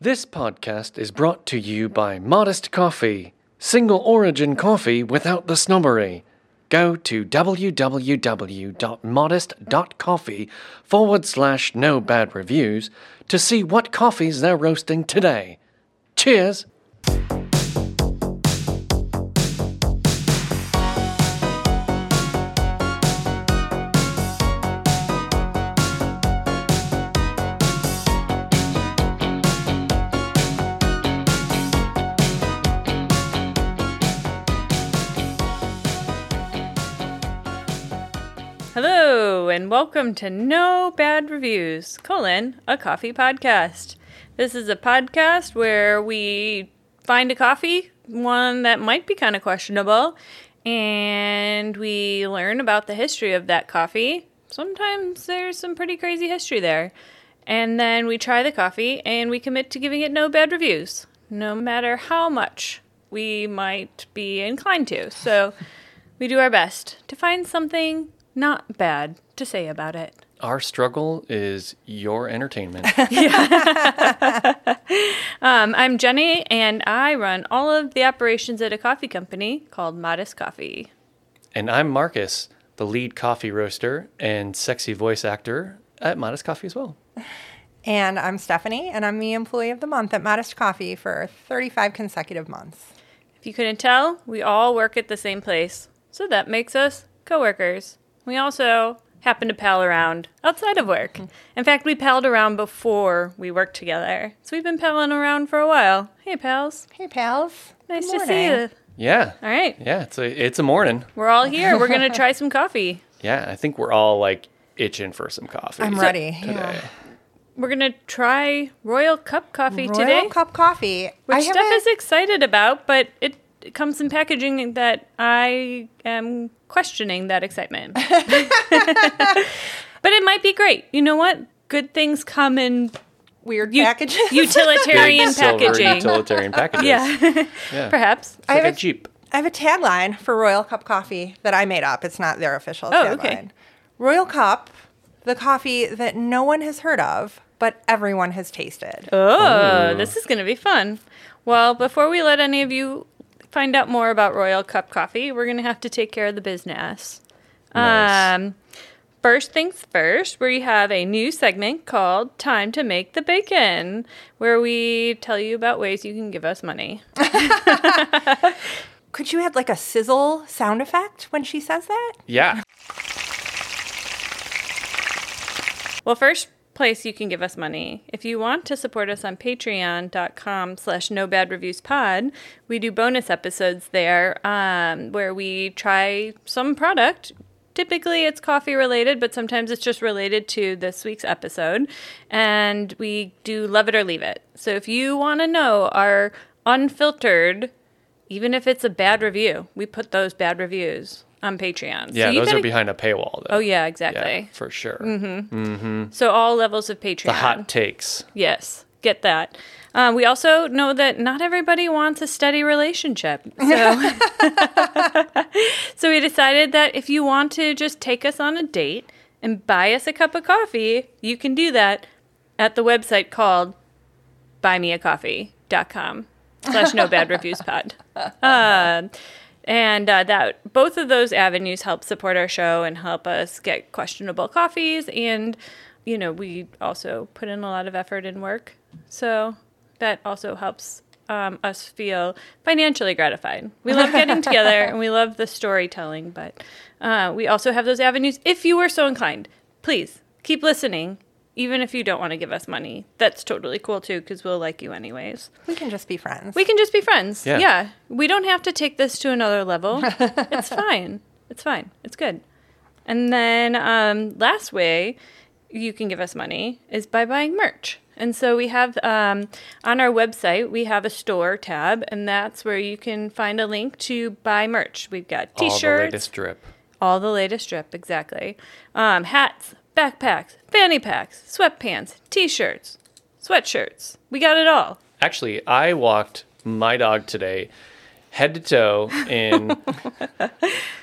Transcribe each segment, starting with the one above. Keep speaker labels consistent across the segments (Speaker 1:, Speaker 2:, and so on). Speaker 1: This podcast is brought to you by Modest Coffee, single origin coffee without the snobbery. Go to www.modest.coffee forward slash no bad reviews to see what coffees they're roasting today. Cheers!
Speaker 2: Hello, and welcome to No Bad Reviews, colon, a coffee podcast. This is a podcast where we find a coffee, one that might be kind of questionable, and we learn about the history of that coffee. Sometimes there's some pretty crazy history there. And then we try the coffee and we commit to giving it no bad reviews, no matter how much we might be inclined to. So, we do our best to find something not bad to say about it.
Speaker 1: Our struggle is your entertainment.
Speaker 2: Um, I'm Jenny, and I run all of the operations at a coffee company called Modest Coffee.
Speaker 1: and I'm Marcus, the lead coffee roaster and sexy voice actor at Modest Coffee as well.
Speaker 3: And I'm Stephanie, and I'm the employee of the month at Modest Coffee for 35 consecutive months.
Speaker 2: If you couldn't tell, we all work at the same place, so that makes us coworkers. We also happen to pal around outside of work. In fact, we palled around before we worked together, so we've been palling around for a while. Hey, pals!
Speaker 3: Hey, pals.
Speaker 2: Nice
Speaker 3: Good
Speaker 2: to see
Speaker 3: morning.
Speaker 2: you.
Speaker 1: Yeah.
Speaker 2: All right,
Speaker 1: Yeah, it's a, it's a morning.
Speaker 2: we're all here. We're gonna try some coffee.
Speaker 1: Yeah, I think we're all like itching for some coffee.
Speaker 3: I'm ready.
Speaker 1: Today.
Speaker 3: yeah.
Speaker 2: We're gonna try Royal Cup coffee
Speaker 3: Royal
Speaker 2: today.
Speaker 3: Cup Coffee. I
Speaker 2: which Steph
Speaker 3: haven't-
Speaker 2: is excited about, but it comes in packaging that I am questioning that excitement. but it might be great. You know what? Good things come in
Speaker 3: weird
Speaker 2: u-
Speaker 3: packages.
Speaker 1: Big
Speaker 2: utilitarian
Speaker 1: silver
Speaker 2: packaging.
Speaker 1: Utilitarian packages.
Speaker 2: yeah.
Speaker 1: Yeah.
Speaker 2: perhaps.
Speaker 1: It's like
Speaker 3: I
Speaker 1: a
Speaker 3: have a-
Speaker 1: Jeep.
Speaker 3: I have a tagline for Royal Cup Coffee that I made up. It's not their official
Speaker 2: Oh,
Speaker 3: tagline.
Speaker 2: okay.
Speaker 3: Royal Cup, the coffee that no one has heard of, but everyone has tasted.
Speaker 2: Oh,
Speaker 1: Ooh.
Speaker 2: this is going to be fun. Well, before we let any of you find out more about Royal Cup Coffee, we're going to have to take care of the business.
Speaker 1: Nice.
Speaker 2: Um, first things first, we have a new segment called Time to Make the Bacon, where we tell you about ways you can give us money.
Speaker 3: Could you add like a sizzle sound effect when she says that?
Speaker 1: Yeah.
Speaker 2: Well, first place you can give us money. If you want to support us on patreon.com slash no bad reviews pod, we do bonus episodes there um, where we try some product. Typically it's coffee related, but sometimes it's just related to this week's episode. And we do love it or leave it. So if you want to know our unfiltered, even if it's a bad review, we put those bad reviews on Patreon. So
Speaker 1: Yeah,
Speaker 2: you
Speaker 1: those
Speaker 2: gotta-
Speaker 1: are behind a paywall though.
Speaker 2: Oh Mm-hmm. yeah,
Speaker 1: Yeah,
Speaker 2: exactly.
Speaker 1: for sure.
Speaker 2: So all levels of Patreon.
Speaker 1: The hot takes.
Speaker 2: Yes, get that. Um, we also know that not everybody wants a steady relationship. So, so we decided that if you want to just take us on a date and buy us a cup of coffee, you can do that at the website called buymeacoffee.com slash no bad reviews pod. Um, and uh, that both of those avenues help support our show and help us get questionable coffees. And, you know, we also put in a lot of effort and work. So that also helps um, us feel financially gratified. We love getting together and we love the storytelling, but uh, we also have those avenues if you were so inclined. Please keep listening, even if you don't want to give us money. That's totally cool too, because we'll like you anyways.
Speaker 3: We can just be friends.
Speaker 2: We can just be friends.
Speaker 1: Yeah.
Speaker 2: Yeah. We don't have to take this to another level. it's fine. It's fine. It's good. And then um, last way you can give us money is by buying merch. And so we have um, on our website, we have a store tab, and that's where you can find a link to buy merch. We've got t
Speaker 1: All the
Speaker 2: shirts,
Speaker 1: latest drip.
Speaker 2: all the latest drip, exactly. Um, hats, backpacks, fanny packs, sweatpants, t shirts, sweatshirts. We got it all.
Speaker 1: Actually, I walked my dog today
Speaker 4: head to toe in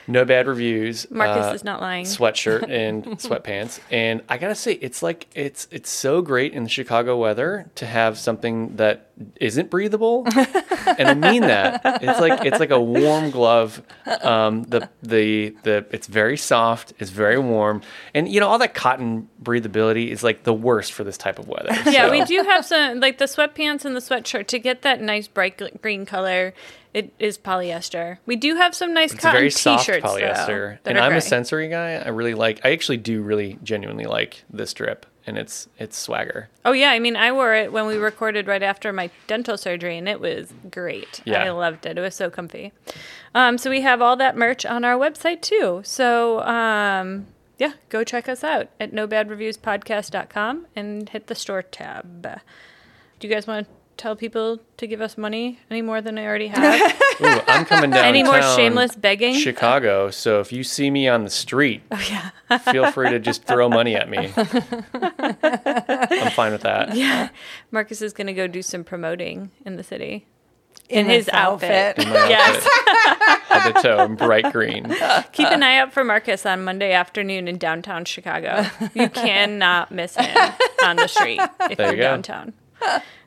Speaker 4: no bad reviews.
Speaker 2: Marcus
Speaker 4: uh,
Speaker 2: is not lying.
Speaker 4: Sweatshirt and sweatpants, and I gotta say, it's like it's it's so great in the Chicago weather to have something that isn't breathable, and I mean that. It's like it's like a warm glove. Um, the the the it's very soft. It's very warm, and you know all that cotton breathability is like the worst for this type of weather.
Speaker 2: Yeah,
Speaker 4: So-
Speaker 2: we do have some like the sweatpants and the sweatshirt to get that nice bright gl- green color. It is polyester. We do have some nice
Speaker 4: It's a
Speaker 2: cotton
Speaker 4: very
Speaker 2: t-shirts
Speaker 4: soft polyester,
Speaker 2: though. that
Speaker 4: and
Speaker 2: are
Speaker 4: I'm
Speaker 2: gray.
Speaker 4: a sensory guy. I really like. I actually do really genuinely like this drip, and it's it's swagger.
Speaker 2: Oh yeah, I mean I wore it when we recorded right after my dental surgery and it was great.
Speaker 4: Yeah.
Speaker 2: I loved it. It was so comfy. Um, so we have all that merch on our website too. So um, yeah, go check us out at nobadreviewspodcast.com and hit the store tab. Do you guys want to tell people to give us money any more than I already have?
Speaker 4: Ooh, I'm coming down.
Speaker 2: any more shameless begging? Oh,
Speaker 4: Chicago. So if you see me on the street, feel free to just throw money at me. I'm fine with that.
Speaker 2: Marcus is going to go do some promoting in the city.
Speaker 3: in,
Speaker 2: his outfit.
Speaker 4: In my
Speaker 2: Yes.
Speaker 4: outfit, head to toe in bright green.
Speaker 2: Keep
Speaker 4: Uh.
Speaker 2: an eye out for Marcus on Monday afternoon in downtown Chicago. You cannot miss him on the street if
Speaker 4: There
Speaker 2: you're
Speaker 4: you go.
Speaker 2: downtown.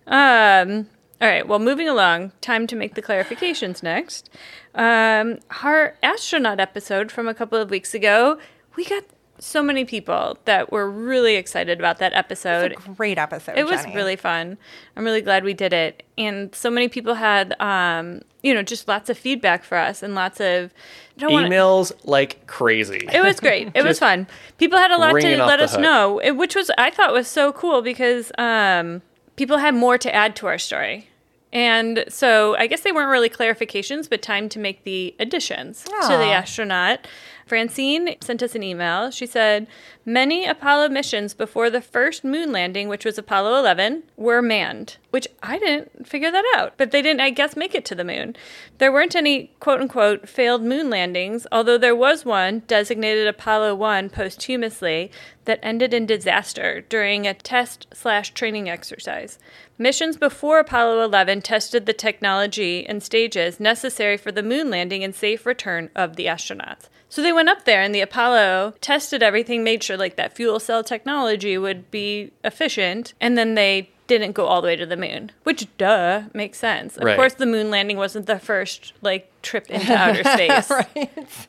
Speaker 2: Um, all right, well, moving along, time to make the clarifications next. Um, our astronaut episode from a couple of weeks ago, we got so many people that were really excited about that episode.
Speaker 3: Great episode.
Speaker 2: It was
Speaker 3: Jenny.
Speaker 2: really fun. I'm really glad we did it. And so many people had, um, you know, just lots of feedback for us and lots of I don't wanna-
Speaker 4: Emails like crazy.
Speaker 2: it was great. It was
Speaker 4: Just
Speaker 2: fun. People had a lot
Speaker 4: ringing
Speaker 2: to
Speaker 4: off
Speaker 2: let
Speaker 4: the
Speaker 2: us
Speaker 4: hook.
Speaker 2: know, it- which was I thought was so cool because um, people had more to add to our story. And so I guess they weren't really clarifications, but time to make the additions to the
Speaker 3: Aw.
Speaker 2: astronaut. Francine sent us an email. She said, Many Apollo missions before the first moon landing, which was Apollo 11, were manned, which I didn't figure that out, but they didn't, I guess, make it to the moon. There weren't any quote unquote failed moon landings, although there was one designated Apollo 1 posthumously that ended in disaster during a test slash training exercise. Missions before Apollo 11 tested the technology and stages necessary for the moon landing and safe return of the astronauts. So they went up there and the Apollo tested everything, made sure like that fuel cell technology would be efficient, and then they didn't go all the way to the moon, which duh makes sense. Of
Speaker 4: Right.
Speaker 2: course the moon landing wasn't the first like trip into outer space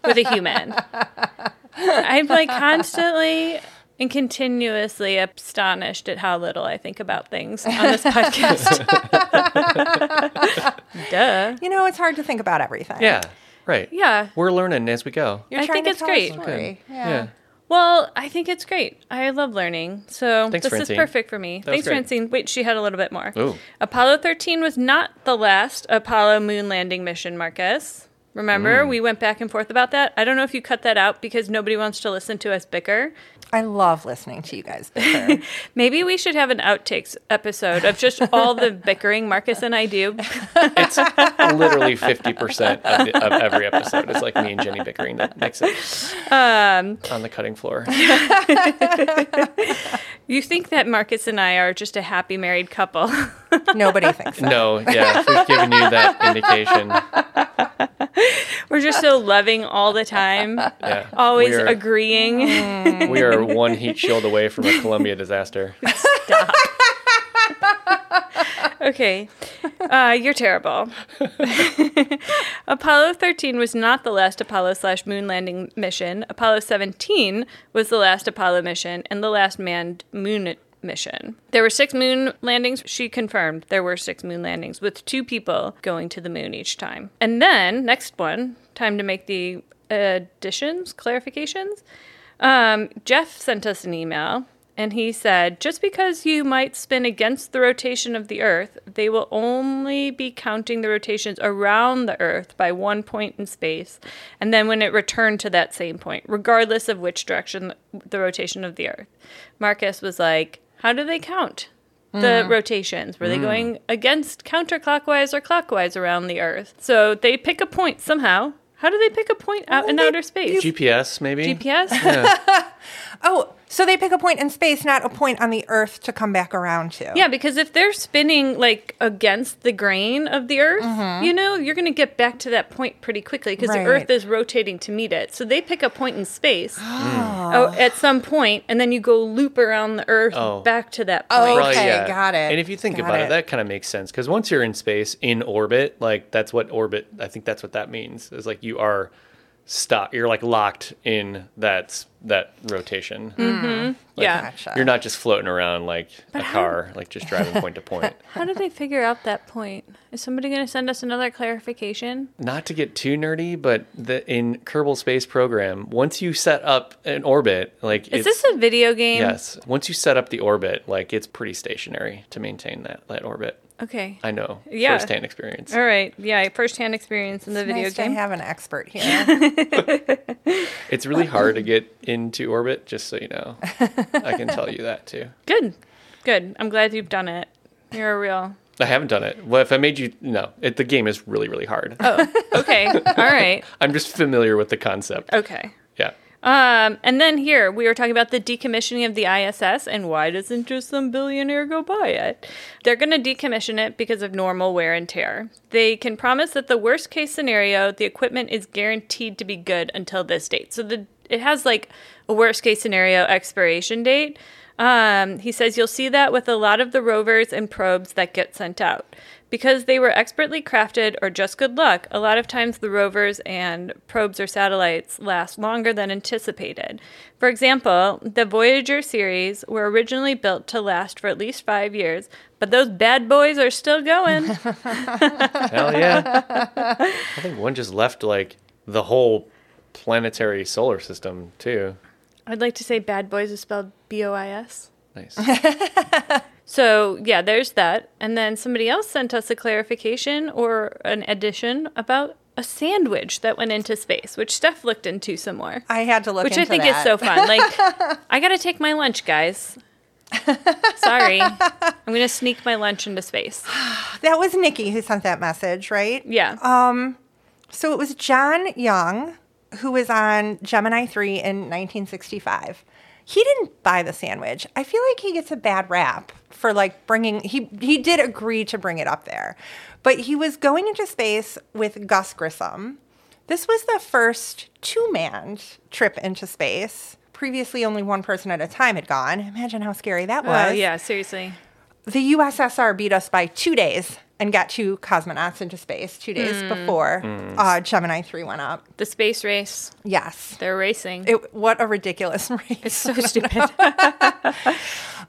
Speaker 2: with a human. I'm like constantly and continuously astonished at how little I think about things on this podcast. Duh.
Speaker 3: You know, it's hard to think about everything.
Speaker 4: Yeah. Right.
Speaker 2: Yeah.
Speaker 4: We're learning as we go.
Speaker 3: You're
Speaker 2: I
Speaker 3: trying
Speaker 2: think
Speaker 3: to
Speaker 2: it's
Speaker 3: tell a
Speaker 2: great.
Speaker 4: Good.
Speaker 3: story.
Speaker 4: yeah.
Speaker 2: Well, I think it's great. I love learning. So
Speaker 4: Thanks,
Speaker 2: this
Speaker 4: Francine.
Speaker 2: is perfect for me.
Speaker 4: was
Speaker 2: Thanks,
Speaker 4: great.
Speaker 2: Francine. Wait, she had a little bit more.
Speaker 4: Ooh.
Speaker 2: Apollo 13 was not the last Apollo moon landing mission, Marcus.
Speaker 4: Mm.
Speaker 2: Remember, we went back and forth about that. I don't know if you cut that out because nobody wants to listen to us bicker.
Speaker 3: I love listening to you guys. bicker.
Speaker 2: Maybe we should have an outtakes episode of just all the bickering Marcus and I do.
Speaker 4: It's literally 50% of, the, of every episode. It's like me and Jenny bickering that makes it
Speaker 2: Um,
Speaker 4: on the cutting floor.
Speaker 2: you think that Marcus and I are just a happy married couple.
Speaker 3: Nobody thinks that.
Speaker 4: No, yeah, if we've given you that indication.
Speaker 2: We're just so loving all the time,
Speaker 4: Yeah,
Speaker 2: always
Speaker 4: we are,
Speaker 2: agreeing.
Speaker 4: We are one heat shield away from a Columbia disaster.
Speaker 2: okay, uh, you're terrible. Apollo 13 was not the last Apollo slash moon landing mission. Apollo 17 was the last Apollo mission and the last manned moon mission. There were six moon landings. She confirmed there were six moon landings with two people going to the moon each time. And then, next one, time to make the additions, clarifications. Um, Jeff sent us an email and he said, just because you might spin against the rotation of the Earth, they will only be counting the rotations around the Earth by one point in space, and then when it returned to that same point, regardless of which direction the rotation of the Earth. Marcus was like, how do they count the rotations? Were they going against counterclockwise or clockwise around the Earth? So they pick a point somehow. How do they pick a point out in outer space?
Speaker 4: GPS, maybe?
Speaker 2: GPS?
Speaker 3: Oh, So they pick a point in space, not a point on the Earth to come back around to.
Speaker 2: Yeah, because if they're spinning like against the grain of the Earth, you know, you're going to get back to that point pretty quickly because
Speaker 3: Mm-hmm. Right.
Speaker 2: the Earth is rotating to meet it. So they pick a point in space oh, at some point, and then you go loop around the Earth
Speaker 4: Oh.
Speaker 2: back to that point.
Speaker 3: Oh. Okay, got it,
Speaker 4: And if you think
Speaker 3: got
Speaker 4: about it,
Speaker 3: it.
Speaker 4: that kind of makes sense because once you're in space in orbit, like that's what orbit. I think that's what that means. Is like you are stuck. You're like locked in that s- that rotation.
Speaker 3: Oh.
Speaker 2: yeah.
Speaker 3: Hmm. Gotcha.
Speaker 4: You're not just floating around like a car, like just driving point to point.
Speaker 2: How did they figure out that point? Is somebody going to send us another clarification?
Speaker 4: not to get too nerdy, but the, in Kerbal Space Program, once you set up an orbit, like
Speaker 2: Is this a video game?
Speaker 4: yes, once you set up the orbit, like it's pretty stationary to maintain that that orbit.
Speaker 2: Okay.
Speaker 4: I know,
Speaker 2: Yeah.
Speaker 4: firsthand experience.
Speaker 2: All right. Yeah, firsthand experience in the video
Speaker 3: nice
Speaker 2: game.
Speaker 3: to have an expert here.
Speaker 4: It's really hard to get into orbit, just so you know. I can tell you that too.
Speaker 2: Good. Good. I'm glad you've done it. You're a real.
Speaker 4: I haven't done it. Well, if I made you no, it, the game is really really hard.
Speaker 2: Okay. All right.
Speaker 4: I'm just familiar with the concept.
Speaker 2: Okay.
Speaker 4: Yeah.
Speaker 2: Um, and then here we were talking about the decommissioning of the ISS and why doesn't just some billionaire go buy it? They're going to decommission it because of normal wear and tear. They can promise that the worst case scenario, the equipment is guaranteed to be good until this date. So the it has like a worst case scenario expiration date. Um, he says you'll see that with a lot of the rovers and probes that get sent out. Because they were expertly crafted or just good luck, a lot of times the rovers and probes or satellites last longer than anticipated. For example, the Voyager series were originally built to last for at least five years, but those bad boys are still going.
Speaker 4: Hell yeah. I think one just left like the whole planetary solar system too.
Speaker 2: I'd like to say bad boys is spelled B O I S.
Speaker 4: Nice.
Speaker 2: So, yeah, there's that. And then somebody else sent us a clarification or an addition about a sandwich that went into space, which Steph looked into some more.
Speaker 3: I had to look
Speaker 2: Which
Speaker 3: into
Speaker 2: I think is
Speaker 3: that.
Speaker 2: so fun. Like, I got to take my lunch, guys. Sorry. I'm going to sneak my lunch into space.
Speaker 3: That was Nikki who sent that message, right?
Speaker 2: Yeah.
Speaker 3: So it was John Young who was on Gemini 3 in 1965. He didn't buy the sandwich. I feel like he gets a bad rap for like bringing he he did agree to bring it up there. But he was going into space with Gus Grissom. This was the first two-manned trip into space. Previously only one person at a time had gone. Imagine how scary that was
Speaker 2: Oh, yeah, seriously.
Speaker 3: the USSR beat us by two days and got two cosmonauts into space two days
Speaker 2: Mm.
Speaker 3: before Uh, Gemini 3 went up.
Speaker 2: The space race,
Speaker 3: Yes.
Speaker 2: they're racing.
Speaker 3: It, what a ridiculous race.
Speaker 2: it's so stupid.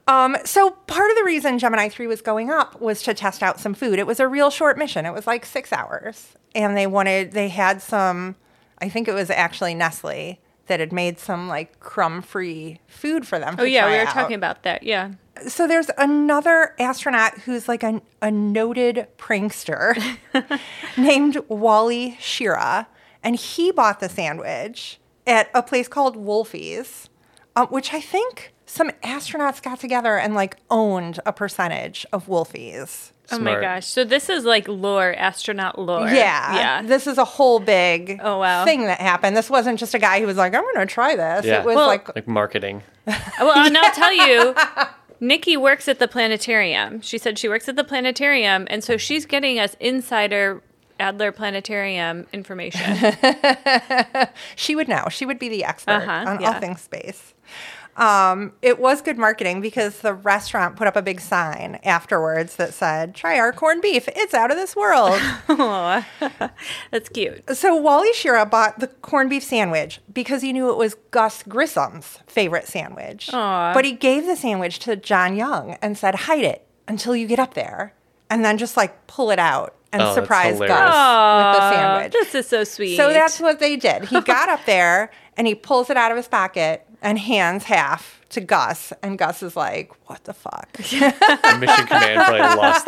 Speaker 3: Um, so, part of the reason Gemini 3 was going up was to test out some food. It was a real short mission, it was like six hours. And they wanted, they had some, I think it was actually Nestle that had made some like crumb free food for them.
Speaker 2: Oh, yeah, we were talking about that. Yeah.
Speaker 3: so there's another astronaut who's like a, a noted prankster named Wally Shira, and he bought the sandwich at a place called Wolfie's, uh, which I think some astronauts got together and like owned a percentage of Wolfie's.
Speaker 2: Oh, my
Speaker 4: Smart.
Speaker 2: gosh. So, this is like lore, astronaut lore.
Speaker 3: Yeah,
Speaker 2: Yeah.
Speaker 3: This is a whole big
Speaker 2: Oh, wow.
Speaker 3: thing that happened. This wasn't just a guy who was like, "I'm going to try this."
Speaker 4: Yeah.
Speaker 3: It was
Speaker 4: Well-
Speaker 3: like
Speaker 4: like marketing.
Speaker 2: Well, and I'll tell you, Nikki works at the planetarium. She said she works at the planetarium, and so she's getting us insider Adler Planetarium information.
Speaker 3: She would know. She would be the expert
Speaker 2: Uh-huh,
Speaker 3: on
Speaker 2: yeah.
Speaker 3: all things space. Um, it was good marketing because the restaurant put up a big sign afterwards that said, "Try our corned beef. It's out of this world."
Speaker 2: That's cute.
Speaker 3: so Wally Shira bought the corned beef sandwich because he knew it was Gus Grissom's favorite sandwich.
Speaker 2: Aw.
Speaker 3: But he gave the sandwich to John Young and said, "Hide it until you get up there, and then just like pull it out and
Speaker 4: Oh, that's
Speaker 3: surprise Gus with
Speaker 4: hilarious.
Speaker 3: the
Speaker 2: Oh,
Speaker 3: sandwich."
Speaker 2: this is so sweet.
Speaker 3: So that's what they did. He got up there and he pulls it out of his pocket and hands half to Gus. And Gus is like, what the fuck?
Speaker 4: The Mission Command probably lost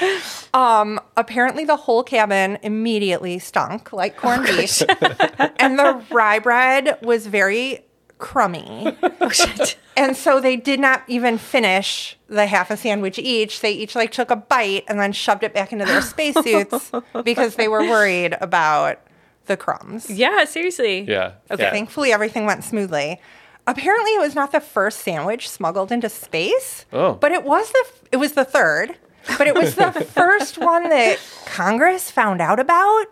Speaker 4: their shit.
Speaker 3: Apparently, the whole cabin immediately stunk like corned beef. and the rye bread was very crummy.
Speaker 2: oh, shit.
Speaker 3: And so they did not even finish the half a sandwich each. They each like took a bite and then shoved it back into their spacesuits because they were worried about the crumbs.
Speaker 2: Yeah, seriously.
Speaker 4: Yeah.
Speaker 2: Okay.
Speaker 4: yeah.
Speaker 3: Thankfully, everything went smoothly. Apparently, it was not the first sandwich smuggled into space.
Speaker 4: Oh.
Speaker 3: But it was the it was the third. But it was the first one that Congress found out about.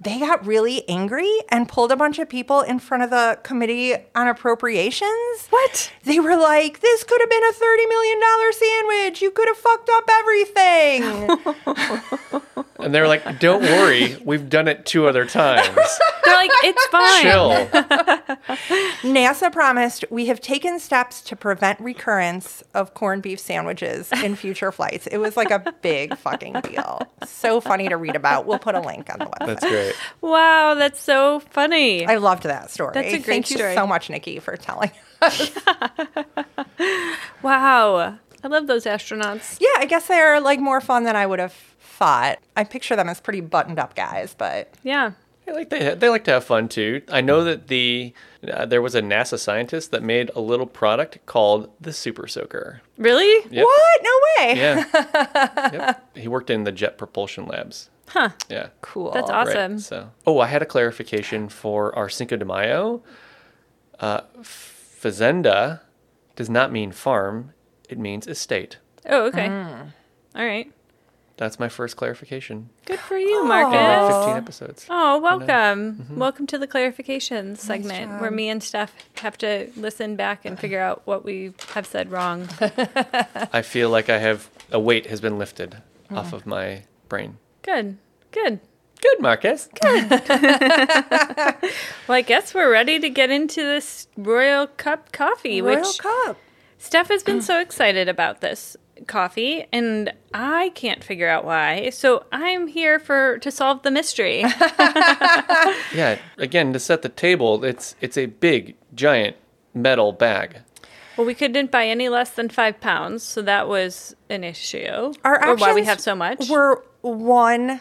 Speaker 3: They got really angry and pulled a bunch of people in front of the Committee on Appropriations.
Speaker 2: What?
Speaker 3: They were like, this could have been a $30 million sandwich. You could have fucked up everything.
Speaker 4: And they were like, "Don't worry, we've done it two other times.
Speaker 2: They're like, it's fine.
Speaker 4: Chill."
Speaker 3: NASA promised we have taken steps to prevent recurrence of corned beef sandwiches in future flights. It was like a big fucking deal. So funny to read about. We'll put a link on the website.
Speaker 4: That's great.
Speaker 2: Wow, that's so funny.
Speaker 3: I loved that story.
Speaker 2: That's a great
Speaker 3: Thank
Speaker 2: story.
Speaker 3: you so much, Nikki, for telling.
Speaker 2: wow. I love those astronauts.
Speaker 3: Yeah, I guess they're like more fun than I would have thought. I picture them as pretty buttoned up guys, but
Speaker 2: Yeah.
Speaker 4: They like they they like to have fun too. I know that the uh, there was a NASA scientist that made a little product called the Super Soaker.
Speaker 2: Really?
Speaker 4: Yep.
Speaker 3: what? No way.
Speaker 4: Yeah. yep. He worked in the Jet Propulsion Labs.
Speaker 2: Huh.
Speaker 4: Yeah.
Speaker 3: Cool.
Speaker 2: That's
Speaker 4: Right,
Speaker 2: awesome.
Speaker 4: So, oh, I had a clarification for our Cinco de Mayo. Uh, fazenda does not mean farm; it means estate.
Speaker 2: Oh, okay.
Speaker 3: Mm.
Speaker 2: All right.
Speaker 4: That's my first clarification.
Speaker 2: Good for you,
Speaker 4: In
Speaker 2: Marcus.
Speaker 4: like 15 episodes.
Speaker 2: Oh, welcome. Welcome to the clarification segment where me and Steph have to listen back and figure out what we have said wrong.
Speaker 4: I feel like I have a weight has been lifted
Speaker 3: Mm-hmm.
Speaker 4: off of my brain.
Speaker 2: Good. Good.
Speaker 4: Good, Marcus.
Speaker 2: Well, I guess we're ready to get into this Royal Cup coffee,
Speaker 3: Royal
Speaker 2: which
Speaker 3: Cup.
Speaker 2: Steph has
Speaker 3: Mm.
Speaker 2: been so excited about this coffee and I can't figure out why. So I'm here for to solve the mystery.
Speaker 4: Yeah. Again, to set the table, it's it's a big, giant metal bag.
Speaker 2: well, we couldn't buy any less than 5 pounds, so that was an issue.
Speaker 3: Our
Speaker 2: or why we
Speaker 3: options
Speaker 2: have so much.
Speaker 3: Were one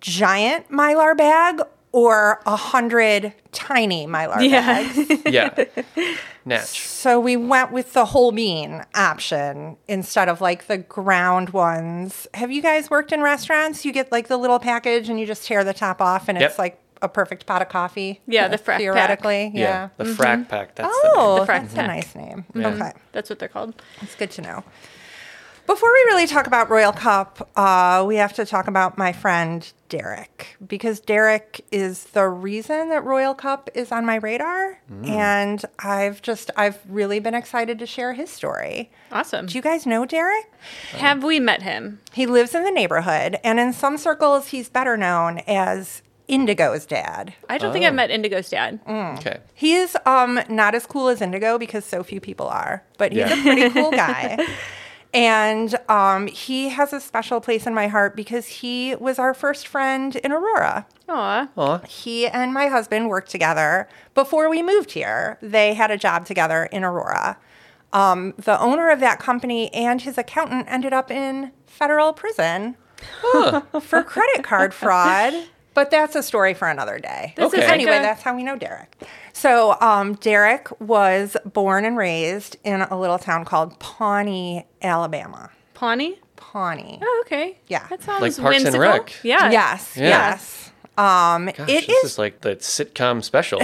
Speaker 3: giant mylar bag or a hundred tiny mylar
Speaker 2: Yeah.
Speaker 3: bags.
Speaker 4: Yeah. Natch.
Speaker 3: So we went with the whole bean option instead of like the ground ones. Have you guys worked in restaurants? You get like the little package and you just tear the top off and
Speaker 4: Yep.
Speaker 3: it's like a perfect pot of coffee. uh,
Speaker 2: Yeah, the frac pack.
Speaker 3: theoretically.
Speaker 4: Yeah.
Speaker 3: Yeah. Mm-hmm.
Speaker 4: The frac pack. That's
Speaker 3: Oh,
Speaker 2: The frac
Speaker 3: that's
Speaker 2: pack.
Speaker 3: a nice name. Okay.
Speaker 2: That's what they're called.
Speaker 3: It's good to know. Before we really talk about Royal Cup, uh, we have to talk about my friend Derek because Derek is the reason that Royal Cup is on my radar, and I've just I've really been excited to share his story.
Speaker 2: Awesome. Uh.
Speaker 3: Do you guys know Derek?
Speaker 2: Have we met him?
Speaker 3: He lives in the neighborhood, and in some circles, he's better known as Indigo's dad.
Speaker 2: I don't think
Speaker 3: Oh.
Speaker 2: I've met Indigo's dad.
Speaker 3: Mm.
Speaker 4: the Okay.
Speaker 3: He is um not as cool as Indigo because so few people are, but he's
Speaker 4: Yeah.
Speaker 3: a pretty cool guy. And um, he has a special place in my heart because he was our first friend in Aurora.
Speaker 2: Aw.
Speaker 4: Aw.
Speaker 3: He and my husband worked together before we moved here. They had a job together in Aurora. Um, the owner of that company and his accountant ended up in federal prison for credit card fraud. But that's a story for another day.
Speaker 2: This
Speaker 4: Okay.
Speaker 2: is like
Speaker 3: Anyway,
Speaker 2: a-
Speaker 3: that's how we know Derek. So um, Derek was born and raised in a little town called Pawnee, Alabama.
Speaker 2: Pawnee.
Speaker 3: Pawnee.
Speaker 2: Oh, okay.
Speaker 3: Yeah.
Speaker 2: that sounds
Speaker 4: Like Parks and
Speaker 2: whimsical.
Speaker 4: Rec.
Speaker 2: Yeah.
Speaker 3: Yes,
Speaker 4: Yeah.
Speaker 3: yes. Um,
Speaker 4: Gosh,
Speaker 3: it
Speaker 4: this
Speaker 3: is
Speaker 4: is like the sitcom special.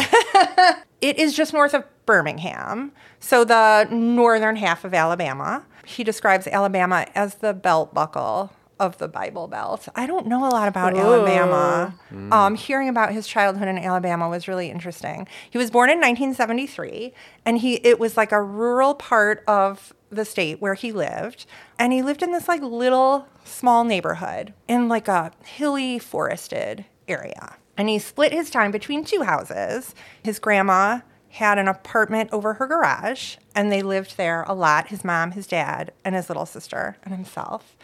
Speaker 3: it is just north of Birmingham, so the northern half of Alabama. He describes Alabama as the belt buckle of the Bible Belt. I don't know a lot about Alabama. Um, hearing about his childhood in Alabama was really interesting. He was born in 1973, and he it was like a rural part of the state where he lived, and he lived in this like little small neighborhood in like a hilly forested area. And he split his time between two houses. His grandma had an apartment over her garage, and they lived there a lot his mom, his dad, and his little sister, and himself.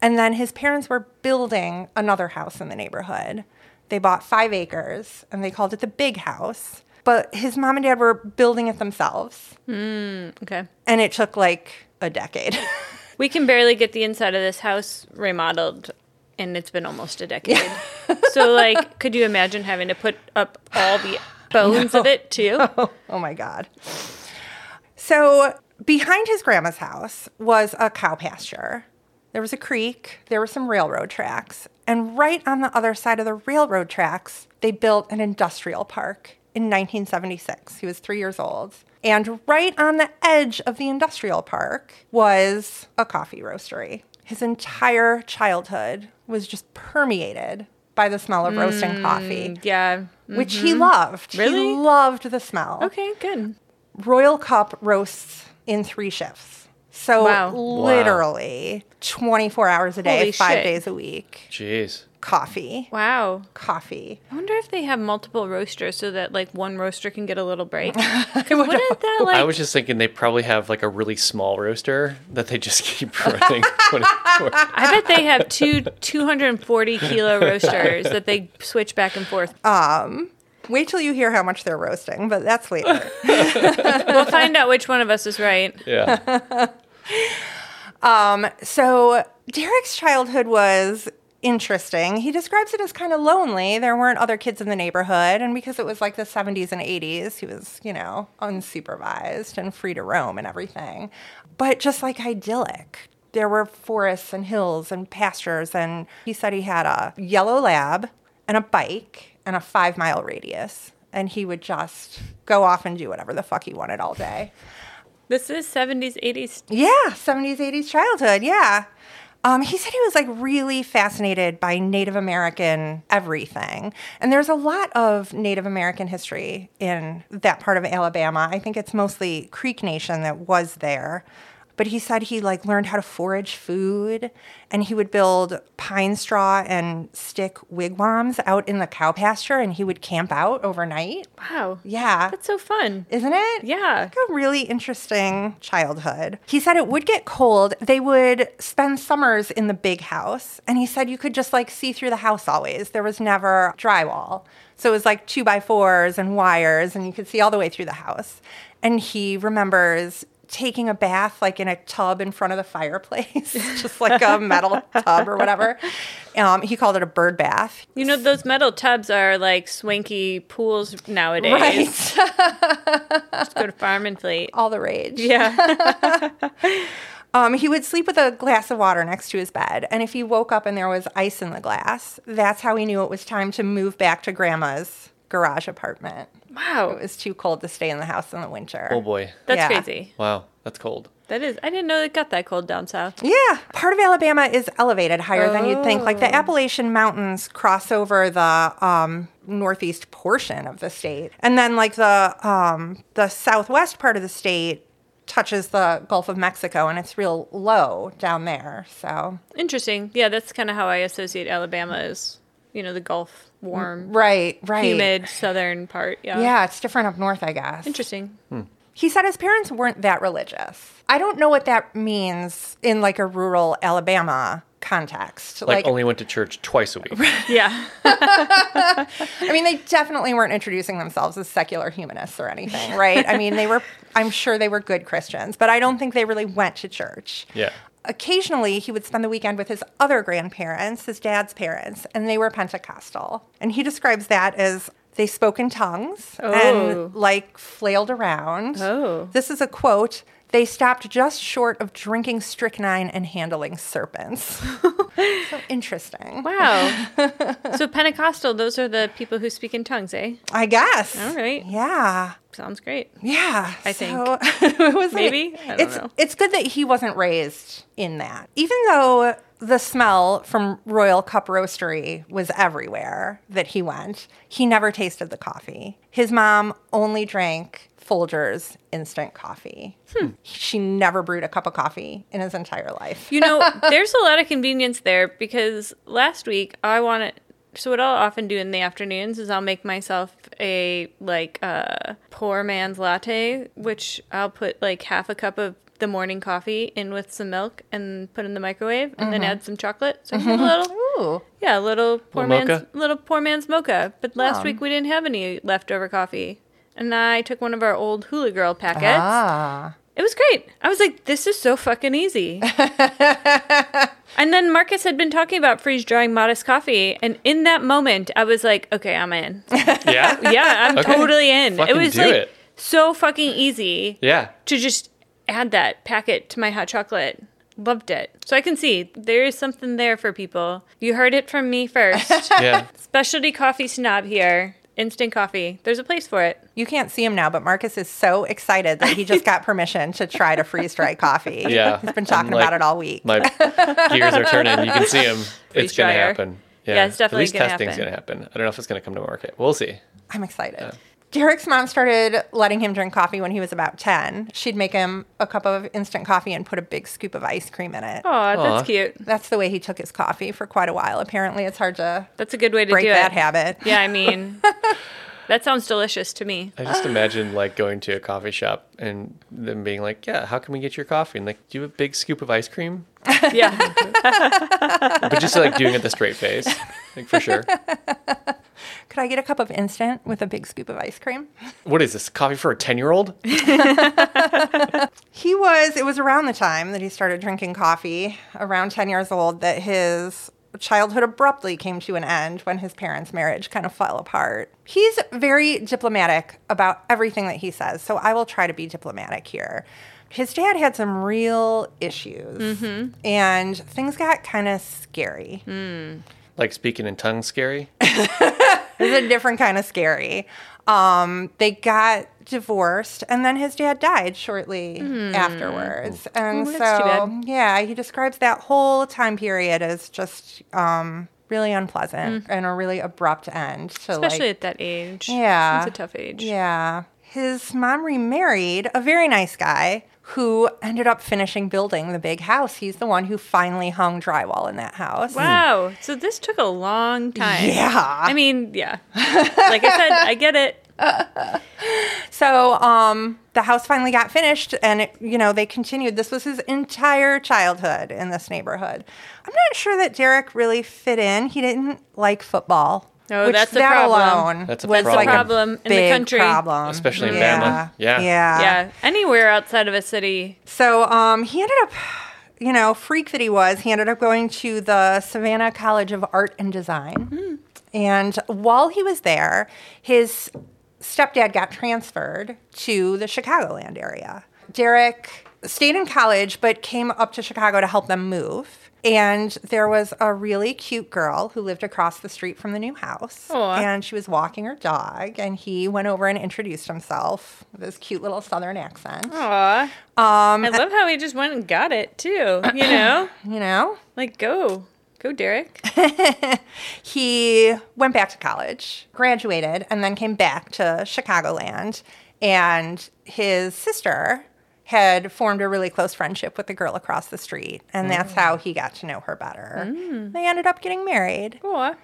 Speaker 3: And then his parents were building another house in the neighborhood. They bought five acres and they called it the big house. But his mom and dad were building it themselves,
Speaker 2: Okay.
Speaker 3: and it took like a decade.
Speaker 2: We can barely get the inside of this house remodeled, and it's been almost a decade. so, like, could you imagine having to put up all the bones of it too?
Speaker 3: Oh my God. So behind his grandma's house was a cow pasture. There was a creek, there were some railroad tracks, and right on the other side of the railroad tracks, they built an industrial park in 1976. He was three years old. And right on the edge of the industrial park was a coffee roastery. His entire childhood was just permeated by the smell of roasting coffee,
Speaker 2: Yeah.
Speaker 3: which he loved.
Speaker 2: Mm. Mm-hmm. Really?
Speaker 3: He loved the smell.
Speaker 2: Okay, good.
Speaker 3: Royal Cup roasts in three shifts. So
Speaker 2: Wow.
Speaker 3: literally 24 hours a day,
Speaker 2: Holy
Speaker 3: five
Speaker 2: shit.
Speaker 3: days a week.
Speaker 4: Jeez.
Speaker 3: Coffee.
Speaker 2: Wow.
Speaker 3: Coffee.
Speaker 2: I wonder if they have multiple roasters so that like one roaster can get a little break. 'Cause wouldn't that like
Speaker 4: I was just thinking they probably have like a really small roaster that they just keep running. 24.
Speaker 2: I bet they have two 240 kilo roasters that they switch back and forth.
Speaker 3: Wait till you hear how much they're roasting, but that's later.
Speaker 2: We'll find out which one of us is right.
Speaker 4: yeah.
Speaker 3: so Derek's childhood was interesting. He describes it as kind of lonely. There weren't other kids in the neighborhood. And because it was like the 70s and 80s, he was, you know, unsupervised and free to roam and everything. But just like idyllic. There were forests and hills and pastures. And he said he had a yellow lab and a bike and a five mile radius. And he would just go off and do whatever the fuck he wanted all day.
Speaker 2: This is 70s, 80s.
Speaker 3: Yeah, 70s, 80s childhood. Yeah. Um, he said he was like really fascinated by Native American everything. And there's a lot of Native American history in that part of Alabama. I think it's mostly Creek Nation that was there. But he said he like learned how to forage food and he would build pine straw and stick wigwams out in the cow pasture and he would camp out overnight.
Speaker 2: Wow.
Speaker 3: Yeah.
Speaker 2: That's so fun.
Speaker 3: Isn't it?
Speaker 2: Yeah.
Speaker 3: Like a really interesting childhood. He said it would get cold. They would spend summers in the big house. And he said you could just like see through the house always. There was never drywall. So it was like two by fours and wires, and you could see all the way through the house. And he remembers taking a bath like in a tub in front of the fireplace, just like a metal tub or whatever. Um, he called it a bird bath.
Speaker 2: You know, those metal tubs are like swanky pools nowadays.
Speaker 3: Right.
Speaker 2: Just go to Farm and Fleet.
Speaker 3: all the rage.
Speaker 2: Yeah.
Speaker 3: Um, he would sleep with a glass of water next to his bed, and if he woke up and there was ice in the glass, that's how he knew it was time to move back to grandma's garage apartment. It
Speaker 2: Wow.
Speaker 3: was too cold to stay in the house in the winter.
Speaker 4: Oh boy.
Speaker 2: That's
Speaker 3: Yeah.
Speaker 2: crazy.
Speaker 4: Wow. That's cold.
Speaker 2: That is. I didn't know it got that cold down south.
Speaker 3: Yeah, part of Alabama is elevated higher than you'd think. Like
Speaker 4: Oh.
Speaker 3: the Appalachian Mountains cross over the um, northeast portion of the state, and then like the um, the southwest part of the state touches the Gulf of Mexico, and it's real low down there. So
Speaker 2: Interesting. Yeah, that's kind of how I associate Alabama is, you know, the Gulf, warm,
Speaker 3: right, right,
Speaker 2: humid southern part. Yeah.
Speaker 3: Yeah, it's different up north, I guess.
Speaker 2: Interesting.
Speaker 3: He said his parents weren't that religious. I don't know what that means in like a rural Alabama context.
Speaker 4: Like,
Speaker 3: Like,
Speaker 4: only went to church twice a week.
Speaker 2: Yeah.
Speaker 3: I mean, they definitely weren't introducing themselves as secular humanists or anything, right? I mean, they were, I'm sure they were good Christians, but I don't think they really went to church.
Speaker 4: Yeah.
Speaker 3: Occasionally, he would spend the weekend with his other grandparents, his dad's parents, and they were Pentecostal. And he describes that as they spoke in tongues
Speaker 2: Oh.
Speaker 3: and like flailed around.
Speaker 2: Oh.
Speaker 3: This is a quote. They stopped just short of drinking strychnine and handling serpents. so interesting.
Speaker 2: Wow. so Pentecostal, those are the people who speak in tongues, eh?
Speaker 3: I guess.
Speaker 2: All right.
Speaker 3: Yeah.
Speaker 2: Sounds great.
Speaker 3: Yeah,
Speaker 2: I think.
Speaker 3: think it was
Speaker 2: Maybe? I don't
Speaker 3: it's
Speaker 2: know.
Speaker 3: it's good that he wasn't raised in that. Even though the smell from Royal Cup Roastery was everywhere that he went, he never tasted the coffee. His mom only drank Folgers instant coffee.
Speaker 2: Hmm.
Speaker 3: She never brewed a cup of coffee in his entire life.
Speaker 2: You know, there's a lot of convenience there because last week I wanted. So what I'll often do in the afternoons is I'll make myself a like uh, poor man's latte, which I'll put like half a cup of the morning coffee in with some milk and put in the microwave, and then add some chocolate. So I have a little,
Speaker 3: Ooh.
Speaker 2: yeah, a little poor
Speaker 4: Little
Speaker 2: man's
Speaker 4: mocha?
Speaker 2: little poor man's mocha. But last week we didn't have any leftover coffee, and I took one of our old Hula Girl packets.
Speaker 3: Ah.
Speaker 2: It was great. I was like, this is so fucking easy. and then Marcus had been talking about freeze drying modest coffee. And in that moment, I was like, okay, I'm in.
Speaker 4: Yeah.
Speaker 2: Yeah, I'm
Speaker 4: Okay.
Speaker 2: totally in.
Speaker 4: Fucking
Speaker 2: it was
Speaker 4: do
Speaker 2: like
Speaker 4: it.
Speaker 2: so fucking easy
Speaker 4: Yeah.
Speaker 2: to just add that packet to my hot chocolate. Loved it. So I can see there is something there for people. You heard it from me first.
Speaker 4: Yeah.
Speaker 2: Specialty coffee snob here. Instant coffee. There's a place for it.
Speaker 3: You can't see him now, but Marcus is so excited that he just got permission to try to freeze dry coffee.
Speaker 4: Yeah.
Speaker 3: He's been talking
Speaker 4: I'm like-
Speaker 3: about it all week.
Speaker 4: My gears are turning. You can see them. It's going to
Speaker 2: dryer.
Speaker 4: happen.
Speaker 2: Yeah, it's
Speaker 4: At
Speaker 2: definitely
Speaker 4: least
Speaker 2: gonna
Speaker 4: testing's
Speaker 2: happen.
Speaker 4: going to happen. I don't know if it's going to come to market. We'll see.
Speaker 3: I'm excited. Derek's mom started letting him drink coffee when he was about 10. She'd make him a cup of instant coffee and put a big scoop of ice cream in it.
Speaker 2: Oh,
Speaker 4: Aw.
Speaker 2: that's cute.
Speaker 3: That's the way he took his coffee for quite a while. Apparently, it's hard to
Speaker 2: That's a good way to
Speaker 3: break
Speaker 2: do
Speaker 3: that
Speaker 2: it.
Speaker 3: habit.
Speaker 2: Yeah, I mean, that sounds delicious to me.
Speaker 4: I just imagine like going to a coffee shop and them being like, "Yeah, how can we get your coffee?" And like, do you have a big scoop of ice cream?
Speaker 2: Yeah,
Speaker 4: But just like doing it the straight face, like for sure.
Speaker 3: Could I get a cup of instant with a big scoop of ice cream?
Speaker 4: What is this coffee for a ten-year-old?
Speaker 3: He was, it was around the time that he started drinking coffee, around 10 years old, that his childhood abruptly came to an end when his parents' marriage kind of fell apart. He's very diplomatic about everything that he says, so I will try to be diplomatic here. His dad had some real issues, and things got kind of scary.
Speaker 4: Like speaking in tongues, scary.
Speaker 3: This is a different kind of scary. Um, they got divorced, and then his dad died shortly afterwards. And
Speaker 2: Hmm. Ooh, that's too
Speaker 3: so, yeah, he describes that whole time period as just um, really unpleasant and a really abrupt end. To
Speaker 2: Mm. especially
Speaker 3: like,
Speaker 2: at that age.
Speaker 3: Yeah.
Speaker 2: it's a tough age.
Speaker 3: yeah, his mom remarried a very nice guy who ended up finishing building the big house. He's the one who finally hung drywall in that house.
Speaker 2: Wow. So this took a long time.
Speaker 3: Yeah.
Speaker 2: I mean, yeah. Like I said, I get it.
Speaker 3: So um, the house finally got finished, and it, you know they continued. This was his entire childhood in this neighborhood. I'm not sure that Derek really fit in. He didn't like football.
Speaker 2: Oh,
Speaker 3: which
Speaker 2: that's a
Speaker 3: that
Speaker 2: problem.
Speaker 3: alone
Speaker 4: That's a
Speaker 3: was
Speaker 4: problem.
Speaker 3: like
Speaker 4: That's a
Speaker 2: problem in the
Speaker 3: big
Speaker 2: country.
Speaker 3: problem,
Speaker 4: Especially in Bama. Yeah.
Speaker 3: Yeah,
Speaker 2: Yeah, anywhere outside of a city.
Speaker 3: So um, he ended up, you know, freak that he was, he ended up going to the Savannah College of Art and Design.
Speaker 2: Hmm.
Speaker 3: And while he was there, his stepdad got transferred to the Chicagoland area. Derek stayed in college, but came up to Chicago to help them move. And there was a really cute girl who lived across the street from the new house.
Speaker 2: Aw.
Speaker 3: And she was walking her dog, and he went over and introduced himself with his cute little southern accent.
Speaker 2: Aw. Um, I love how he just went and got it too. You know,
Speaker 3: You know?
Speaker 2: like go, go, Derek.
Speaker 3: he went back to college, graduated, and then came back to Chicagoland. And his sister had formed a really close friendship with the girl across the street. And
Speaker 2: Mm.
Speaker 3: that's how he got to know her better. They ended up getting married.
Speaker 2: Aw.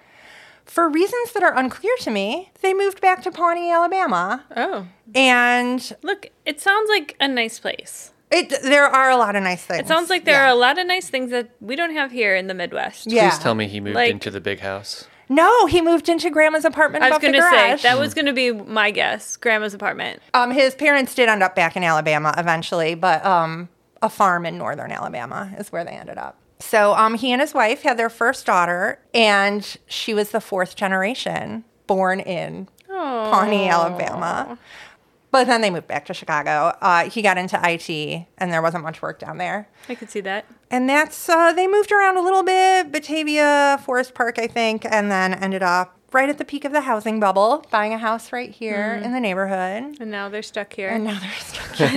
Speaker 3: For reasons that are unclear to me, they moved back to Pawnee, Alabama.
Speaker 2: Oh,
Speaker 3: And
Speaker 2: look, it sounds like a nice place.
Speaker 3: it there are a lot of nice things.
Speaker 2: It sounds like there
Speaker 3: Yeah.
Speaker 2: are a lot of nice things that we don't have here in the Midwest.
Speaker 3: Yeah.
Speaker 4: Please tell me he moved
Speaker 2: Like-
Speaker 4: into the big house.
Speaker 3: No, he moved into grandma's apartment
Speaker 2: I was
Speaker 3: above the
Speaker 2: gonna say
Speaker 3: garage.
Speaker 2: that was gonna be my guess. Grandma's apartment.
Speaker 3: Um, his parents did end up back in Alabama eventually, but um, a farm in northern Alabama is where they ended up. So um, he and his wife had their first daughter, and she was the fourth generation born in
Speaker 2: Oh.
Speaker 3: Pawnee, Alabama. But then they moved back to Chicago. Uh, he got into IT, and there wasn't much work down there.
Speaker 2: I could see that.
Speaker 3: And that's, uh, they moved around a little bit, Batavia, Forest Park, I think, and then ended up right at the peak of the housing bubble, buying a house right here in the neighborhood.
Speaker 2: And now they're stuck here.
Speaker 3: And now they're stuck,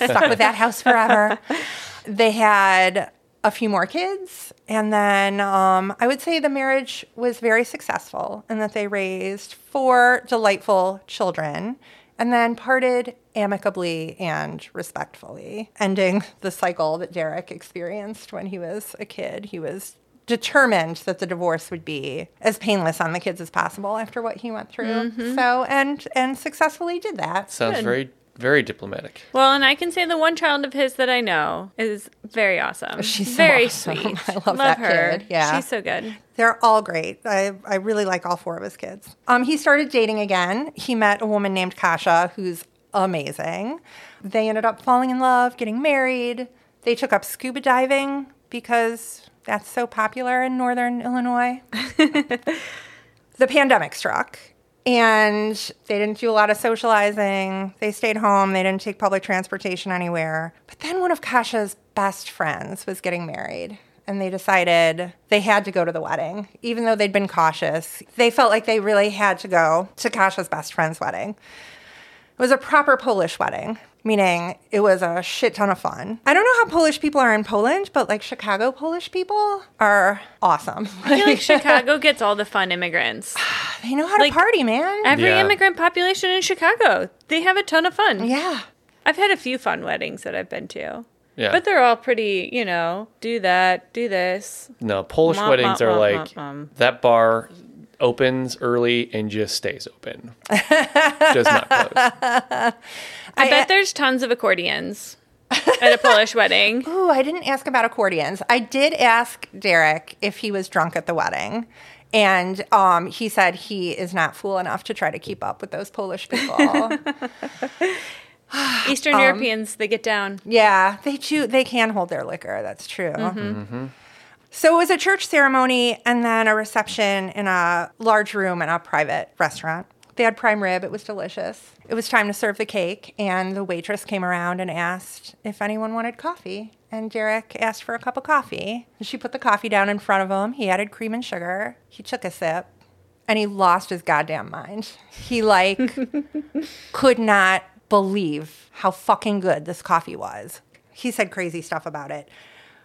Speaker 3: stuck with that house forever. They had a few more kids. And then um, I would say the marriage was very successful and that they raised four delightful children and then parted amicably and respectfully, ending the cycle that Derek experienced when he was a kid. He was determined that the divorce would be as painless on the kids as possible after what he went through. So and and successfully did that.
Speaker 4: Sounds very, very diplomatic.
Speaker 2: well, and I can say the one child of his that I know is very awesome.
Speaker 3: She's so
Speaker 2: very
Speaker 3: awesome.
Speaker 2: sweet.
Speaker 3: I love that
Speaker 2: her.
Speaker 3: kid. Yeah.
Speaker 2: she's so good.
Speaker 3: They're all great. I, I really like all four of his kids. Um, he started dating again. He met a woman named Kasha, who's amazing. They ended up falling in love, getting married. They took up scuba diving because that's so popular in northern Illinois. the pandemic struck and they didn't do a lot of socializing. They stayed home. They didn't take public transportation anywhere. But then one of Kasha's best friends was getting married. and they decided they had to go to the wedding, even though they'd been cautious. They felt like they really had to go to Kasha's best friend's wedding. It was a proper Polish wedding, meaning it was a shit ton of fun. I don't know how Polish people are in Poland, but like Chicago Polish people are awesome.
Speaker 2: I feel like Chicago gets all the fun immigrants.
Speaker 3: they know how to
Speaker 2: Like,
Speaker 3: party, man.
Speaker 2: Every
Speaker 4: Yeah.
Speaker 2: immigrant population in Chicago, they have a ton of fun.
Speaker 3: yeah.
Speaker 2: I've had a few fun weddings that I've been to.
Speaker 4: Yeah.
Speaker 2: But they're all pretty, you know, do that, do this.
Speaker 4: No, Polish
Speaker 2: Mwah,
Speaker 4: weddings
Speaker 2: mwah,
Speaker 4: are
Speaker 2: mwah,
Speaker 4: like
Speaker 2: mwah, mwah.
Speaker 4: that bar opens early and just stays open. Does not close.
Speaker 2: I,
Speaker 3: uh,
Speaker 2: bet there's tons of accordions at a Polish wedding.
Speaker 3: Ooh, I didn't ask about accordions. I did ask Derek if he was drunk at the wedding. And um, he said he is not fool enough to try to keep up with those Polish people.
Speaker 2: Eastern Europeans, they get down.
Speaker 3: yeah, they do. They can hold their liquor. That's true. So it was a church ceremony and then a reception in a large room in a private restaurant. They had prime rib. It was delicious. It was time to serve the cake, and the waitress came around and asked if anyone wanted coffee. And Derek asked for a cup of coffee. And she put the coffee down in front of him. He added cream and sugar. He took a sip and he lost his goddamn mind. He, like, could not believe how fucking good this coffee was. He said crazy stuff about it.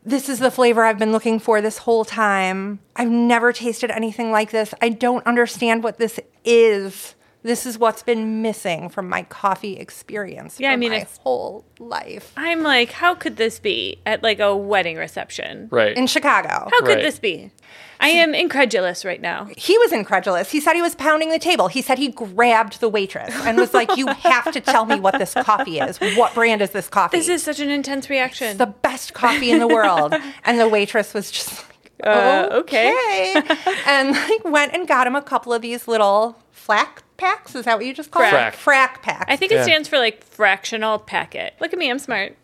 Speaker 3: This is the flavor I've been looking for this whole time. I've never tasted anything like this. I don't understand what this is. This is what's been missing from my coffee experience
Speaker 2: Yeah, I
Speaker 3: for
Speaker 2: mean,
Speaker 3: my
Speaker 2: it's-
Speaker 3: whole life.
Speaker 2: I'm like, how could this be at like a wedding reception?
Speaker 4: Right.
Speaker 3: In Chicago.
Speaker 2: How could
Speaker 4: Right.
Speaker 2: this be? I am incredulous right now.
Speaker 3: he was incredulous. He said he was pounding the table. He said he grabbed the waitress and was like, You have to tell me what this coffee is. What brand is this coffee?
Speaker 2: This is such an intense reaction.
Speaker 3: the best coffee in the world. and the waitress was just like,
Speaker 2: Uh,
Speaker 3: okay.
Speaker 2: okay.
Speaker 3: and like went and got him a couple of these little flack packs. Is that what you just call
Speaker 4: Frack.
Speaker 3: it? Frack packs.
Speaker 2: I think it
Speaker 4: Yeah.
Speaker 2: stands for like fractional packet. Look at me, I'm smart.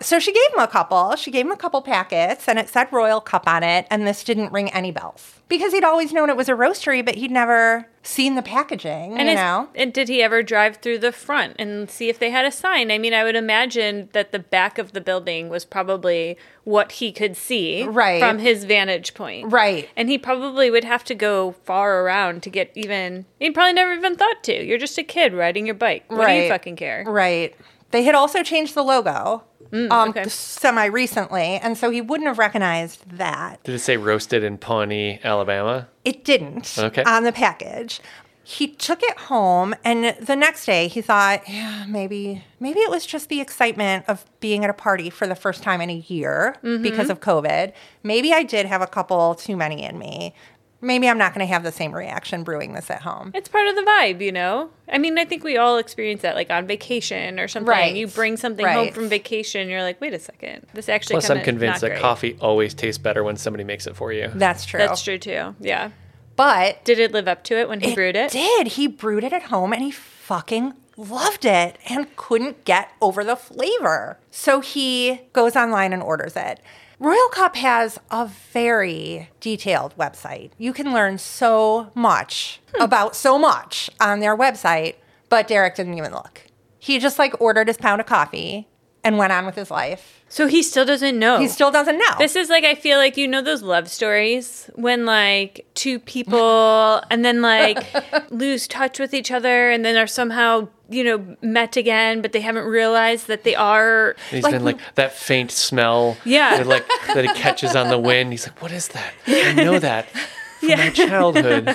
Speaker 3: so she gave him a couple. She gave him a couple packets and it said Royal Cup on it. And this didn't ring any bells because he'd always known it was a roastery, but he'd never seen the packaging,
Speaker 2: And
Speaker 3: you
Speaker 2: is-
Speaker 3: know?
Speaker 2: and did he ever drive through the front and see if they had a sign? I mean, I would imagine that the back of the building was probably what he could see
Speaker 3: Right.
Speaker 2: from his vantage point.
Speaker 3: Right.
Speaker 2: And he probably would have to go far around to get even. He probably never even thought to. You're just a kid riding your bike. What do you fucking care?
Speaker 3: Right. They had also changed the logo um,
Speaker 2: Mm, okay.
Speaker 3: semi recently. And so he wouldn't have recognized that.
Speaker 4: Did it say roasted in Pawnee, Alabama?
Speaker 3: It didn't
Speaker 4: Okay.
Speaker 3: on the package. He took it home, and the next day he thought, yeah, maybe, maybe it was just the excitement of being at a party for the first time in a year
Speaker 2: Mm-hmm.
Speaker 3: because of COVID. Maybe I did have a couple too many in me. Maybe I'm not going to have the same reaction brewing this at home.
Speaker 2: It's part of the vibe, you know? I mean, I think we all experience that, like on vacation or something.
Speaker 3: Right.
Speaker 2: You bring something home
Speaker 3: Right.
Speaker 2: from vacation, you're like, wait a second. This actually
Speaker 4: Plus, I'm
Speaker 2: kinda
Speaker 4: convinced
Speaker 2: not
Speaker 4: that
Speaker 2: great.
Speaker 4: coffee always tastes better when somebody makes it for you.
Speaker 3: That's true.
Speaker 2: That's true too. Yeah.
Speaker 3: But
Speaker 2: Did it live up to it when he brewed it?
Speaker 3: Did he brewed it at home and he fucking loved it and couldn't get over the flavor. So he goes online and orders it. Royal Cup has a very detailed website. You can learn so much
Speaker 2: Hmm.
Speaker 3: about so much on their website, but Derek didn't even look. He just like ordered his pound of coffee and went on with his life.
Speaker 2: So he still doesn't know.
Speaker 3: He still doesn't know.
Speaker 2: Oh. This is like I feel like you know those love stories when like two people and then like lose touch with each other and then are somehow you know met again but they haven't realized that they are
Speaker 4: And he's been like that faint smell.
Speaker 2: Yeah.
Speaker 4: That, like that he catches on the wind. He's like, "What is that? I know that from my childhood."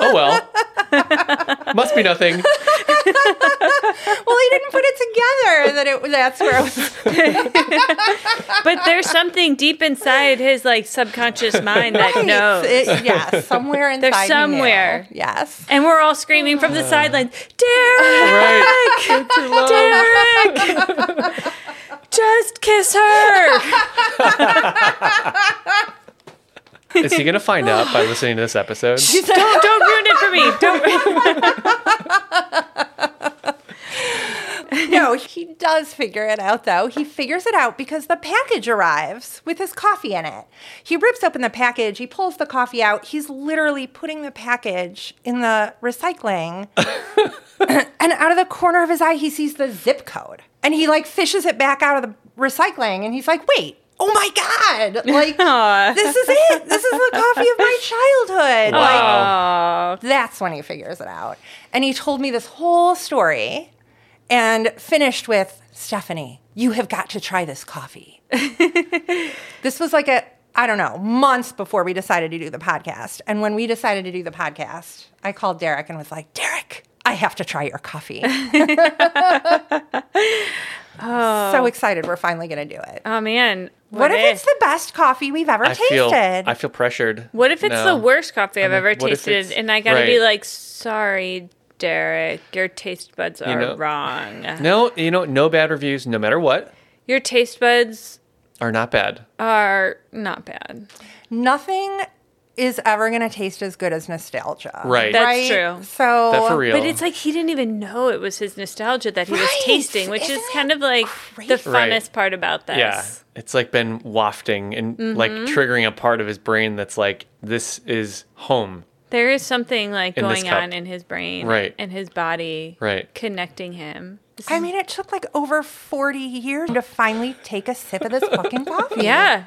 Speaker 4: oh well, must be nothing.
Speaker 3: well, he didn't put it together that it that's where it was
Speaker 2: but there's something deep inside his like subconscious mind that
Speaker 3: Right.
Speaker 2: knows.
Speaker 3: It- yeah, somewhere inside. he knew.
Speaker 2: somewhere.
Speaker 3: Yes.
Speaker 2: and we're all screaming from the sidelines, Derek!
Speaker 4: Right. It's your love.
Speaker 2: Derek! Just kiss her!
Speaker 4: Is he gonna find out by listening to this episode?
Speaker 2: don't don't ruin it for me. Don't.
Speaker 3: No, he does figure it out though. He figures it out because the package arrives with his coffee in it. He rips open the package, he pulls the coffee out. He's literally putting the package in the recycling. and out of the corner of his eye, he sees the zip code. And he like fishes it back out of the recycling and he's like, wait, oh my God. Like, this is it. This is the coffee of my childhood. Like,
Speaker 2: Oh,
Speaker 3: that's when he figures it out. And he told me this whole story and finished with Stephanie, you have got to try this coffee. this was like a, I don't know, months before we decided to do the podcast. And when we decided to do the podcast, I called Derek and was like, Derek, I have to try your coffee. So excited we're finally going to do it.
Speaker 2: oh man.
Speaker 3: Oh. What if it's the best coffee we've ever
Speaker 4: I
Speaker 3: tasted?
Speaker 4: feel I feel pressured.
Speaker 2: What if it's the worst coffee I've
Speaker 4: mean,
Speaker 2: ever
Speaker 4: what if
Speaker 2: tasted?
Speaker 4: it's-
Speaker 2: And I gotta be
Speaker 4: right.
Speaker 2: like, sorry, Derek, your taste buds are
Speaker 4: know-
Speaker 2: wrong.
Speaker 4: No, you know, no bad reviews, no matter what,
Speaker 2: Your taste buds
Speaker 4: are not bad.
Speaker 2: are not bad.
Speaker 3: Nothing is ever going to taste as good as nostalgia.
Speaker 4: Right.
Speaker 2: That's
Speaker 3: right?
Speaker 2: true.
Speaker 3: So
Speaker 4: That for real.
Speaker 2: Oh, But it's like he didn't even know it was his nostalgia that he was
Speaker 3: Right.
Speaker 2: tasting, which is
Speaker 3: Isn't
Speaker 2: kind of like the funnest
Speaker 4: Right.
Speaker 2: part about this. Mm-hmm.
Speaker 4: yeah, it's like been wafting and like triggering a part of his brain that's like, this is home.
Speaker 2: There is something like
Speaker 4: In this
Speaker 2: going
Speaker 4: cup.
Speaker 2: on in his brain
Speaker 4: Right.
Speaker 2: and his body
Speaker 4: Right.
Speaker 2: connecting him. This
Speaker 3: I
Speaker 2: is-
Speaker 3: mean, it took like over 40 years to finally take a sip of this fucking coffee.
Speaker 2: yeah.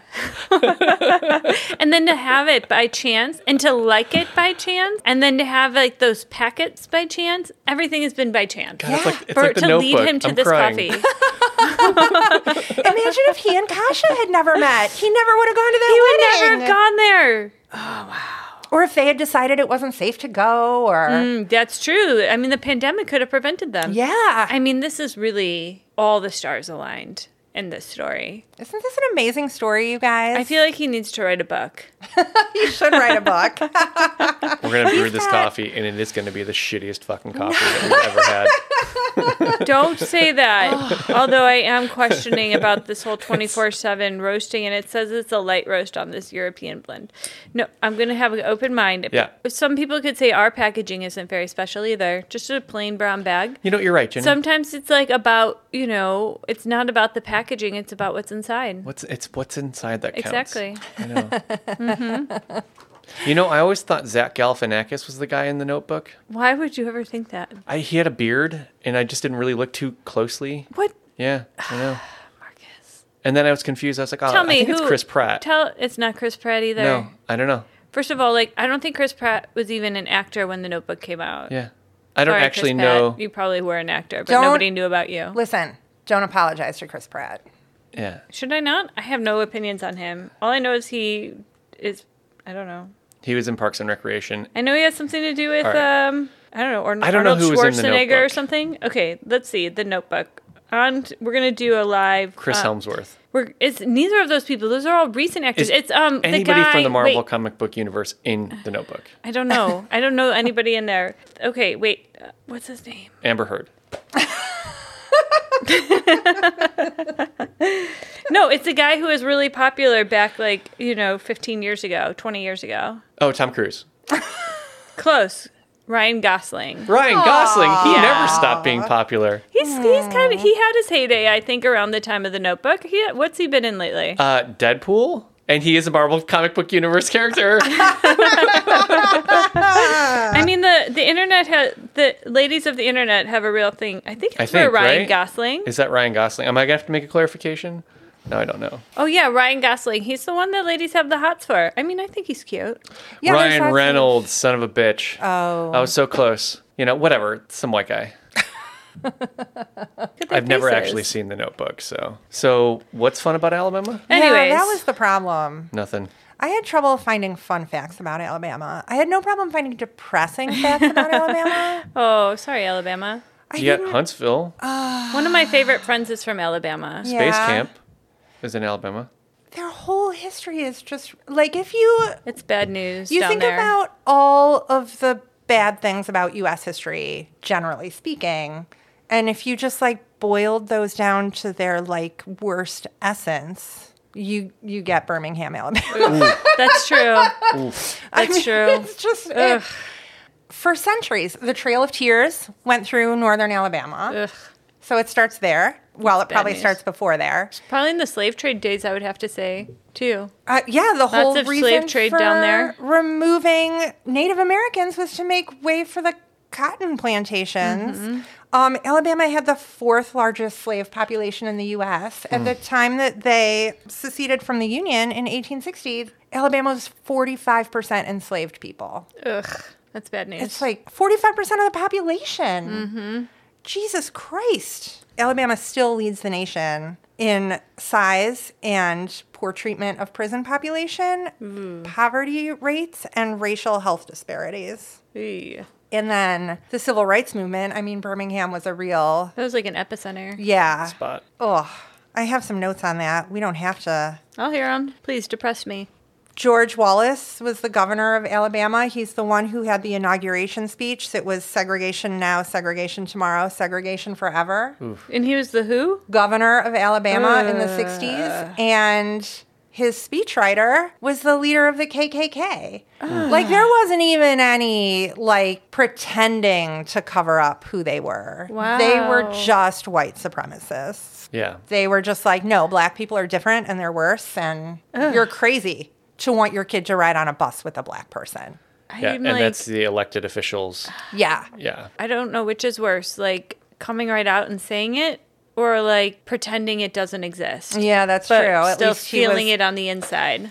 Speaker 2: and then to have it by chance and to like it by chance and then to have like those packets by chance. Everything has been by chance.
Speaker 4: God, it's like it's
Speaker 2: For-
Speaker 4: like the
Speaker 2: to
Speaker 4: notebook.
Speaker 2: lead him to
Speaker 4: I'm
Speaker 2: this
Speaker 4: crying.
Speaker 2: coffee.
Speaker 3: Imagine if he and Kasha had never met. He never would have gone to that
Speaker 2: Never
Speaker 3: wedding.
Speaker 2: have gone there.
Speaker 3: or if they had decided it wasn't safe to go or.
Speaker 2: Mm, That's true. I mean, the pandemic could have prevented them.
Speaker 3: Yeah.
Speaker 2: I mean, this is really all the stars aligned in this story.
Speaker 3: Isn't this an amazing story, you guys?
Speaker 2: I feel like he needs to write a book.
Speaker 3: you should write a book.
Speaker 4: We're gonna brew this
Speaker 3: got-
Speaker 4: coffee, and it is gonna be the shittiest fucking coffee that we've ever had.
Speaker 2: Don't say that. Although I am questioning about this whole 24 7 roasting, and it says it's a light roast on this European blend. No, I'm going to have an open mind.
Speaker 4: Yeah.
Speaker 2: Some people could say our packaging isn't very special either, just a plain brown bag.
Speaker 4: You know, you're right, Jenny.
Speaker 2: Sometimes it's like about, you know, it's not about the packaging, it's about what's inside.
Speaker 4: What's it's what's inside that counts.
Speaker 2: Exactly.
Speaker 4: I know. You know, I always thought Zach Galifianakis was the guy in the Notebook.
Speaker 2: Why would you ever think that?
Speaker 4: I, he had a beard, and I just didn't really look too closely.
Speaker 2: What?
Speaker 4: Yeah, I know. Marcus. And then I was confused. I was like, oh,
Speaker 2: Tell
Speaker 4: I
Speaker 2: me
Speaker 4: think
Speaker 2: who.
Speaker 4: it's Chris Pratt.
Speaker 2: Tell it's not Chris Pratt either.
Speaker 4: no, I don't know.
Speaker 2: First of all, like I don't think Chris Pratt was even an actor when The Notebook came out.
Speaker 4: Yeah, I don't
Speaker 2: Sorry,
Speaker 4: actually
Speaker 2: Chris Pratt,
Speaker 4: know.
Speaker 2: You probably were an actor, but
Speaker 3: Don't-
Speaker 2: nobody knew about you.
Speaker 3: Listen, don't apologize to Chris Pratt.
Speaker 4: Yeah,
Speaker 2: Should I not? I have no opinions on him. All I know is he is. I don't know.
Speaker 4: he was in Parks and Recreation.
Speaker 2: I know he has something to do with
Speaker 4: All right.
Speaker 2: um. I don't know. Or
Speaker 4: I don't know
Speaker 2: Arnold
Speaker 4: who was in The
Speaker 2: Schwarzenegger or
Speaker 4: Notebook.
Speaker 2: something. Okay, let's see. The Notebook. On t- we're gonna do a live.
Speaker 4: Chris
Speaker 2: uh,
Speaker 4: Helmsworth.
Speaker 2: We're it's neither of those people. Those are all recent actors.
Speaker 4: Is
Speaker 2: it's um the
Speaker 4: Anybody
Speaker 2: guy.
Speaker 4: from the Marvel
Speaker 2: wait,
Speaker 4: comic book universe in the Notebook?
Speaker 2: I don't know. I don't know anybody in there. Okay, wait. Uh, what's his name?
Speaker 4: Amber Heard.
Speaker 2: No, it's a guy who was really popular back like, you know, 15 years ago, 20 years ago.
Speaker 4: Oh, Tom Cruise.
Speaker 2: Close. Ryan Gosling.
Speaker 4: Ryan Gosling. He
Speaker 2: Yeah.
Speaker 4: never stopped being popular.
Speaker 2: He's he's kind of he had his heyday, I think, around the time of the Notebook. He what's he been in lately?
Speaker 4: Uh, Deadpool, and he is a Marvel comic book universe character.
Speaker 2: I mean the the internet has the ladies of the internet have a real thing. I think it's
Speaker 4: I
Speaker 2: for
Speaker 4: think,
Speaker 2: Ryan
Speaker 4: right?
Speaker 2: Gosling.
Speaker 4: is that Ryan Gosling? Am I gonna have to make a clarification? No, I don't know.
Speaker 2: oh yeah, Ryan Gosling. He's the one that ladies have the hots for. I mean, I think he's cute.
Speaker 3: Yeah, there's lots
Speaker 4: Ryan
Speaker 3: of-
Speaker 4: Reynolds, son of a bitch.
Speaker 3: Oh.
Speaker 4: I was so close. You know, whatever. Some white guy.
Speaker 2: Look at their
Speaker 4: I've never
Speaker 2: faces.
Speaker 4: actually seen the Notebook, so so what's fun about Alabama?
Speaker 2: Anyways,
Speaker 3: Yeah, that was the problem.
Speaker 4: Nothing.
Speaker 3: I had trouble finding fun facts about Alabama. I had no problem finding depressing facts about Alabama.
Speaker 2: oh, sorry, Alabama.
Speaker 3: I
Speaker 4: You got
Speaker 3: didn't- Oh,
Speaker 4: Huntsville
Speaker 2: One of my favorite friends is from Alabama.
Speaker 3: Yeah.
Speaker 4: Space Camp is in Alabama.
Speaker 3: their whole history is just like if you
Speaker 2: It's bad news.
Speaker 3: you
Speaker 2: down
Speaker 3: think
Speaker 2: there.
Speaker 3: about all of the bad things about US history generally speaking and if you just like boiled those down to their like worst essence you you get Birmingham Alabama
Speaker 2: that's true. That's true.
Speaker 3: it's just it-
Speaker 2: Ugh.
Speaker 3: for centuries the Trail of Tears went through northern Alabama
Speaker 2: Ugh.
Speaker 3: so it starts there well it probably
Speaker 2: news.
Speaker 3: starts before there
Speaker 2: Probably in the slave trade days, I would have to say too.
Speaker 3: Uh, yeah, the whole
Speaker 2: of slave
Speaker 3: reason
Speaker 2: trade
Speaker 3: for
Speaker 2: down there. Mm-hmm.
Speaker 3: removing Native Americans was to make way for the cotton plantations. Um, Alabama had the fourth largest slave population in the U.S.
Speaker 2: Hmm.
Speaker 3: At the time that they seceded from the Union in 1860, Alabama was 45% enslaved people.
Speaker 2: Ugh, that's bad news.
Speaker 3: It's like 45% of the population. Jesus Christ. Alabama still leads the nation in size and poor treatment of prison population, poverty rates, and racial health disparities.
Speaker 2: Ew.
Speaker 3: And then the civil rights movement. I mean, Birmingham was a real,
Speaker 2: that was like an epicenter.
Speaker 3: yeah.
Speaker 4: Spot.
Speaker 3: Oh, I have some notes on that. We don't have to
Speaker 2: I'll hear them. Please depress me.
Speaker 3: George Wallace was the governor of Alabama. He's the one who had the inauguration speech that was segregation now, segregation tomorrow, segregation forever.
Speaker 2: And he was the who?
Speaker 3: Governor of Alabama in the 60s. And his speechwriter was the leader of the KKK. Like, there wasn't even any, like, pretending to cover up who they were. They were
Speaker 2: Wow.
Speaker 3: just white supremacists
Speaker 4: Yeah.
Speaker 3: they were just like, no, black people are different and they're worse, and you're crazy to want your kid to ride on a bus with a black person.
Speaker 2: I'm
Speaker 4: Yeah. And
Speaker 2: like,
Speaker 4: that's the elected officials.
Speaker 3: Yeah.
Speaker 4: Yeah.
Speaker 2: I don't know which is worse, like coming right out and saying it or like pretending it doesn't exist.
Speaker 3: Yeah, that's
Speaker 2: But
Speaker 3: true. At
Speaker 2: still
Speaker 3: least he
Speaker 2: feeling
Speaker 3: was-
Speaker 2: it on the inside.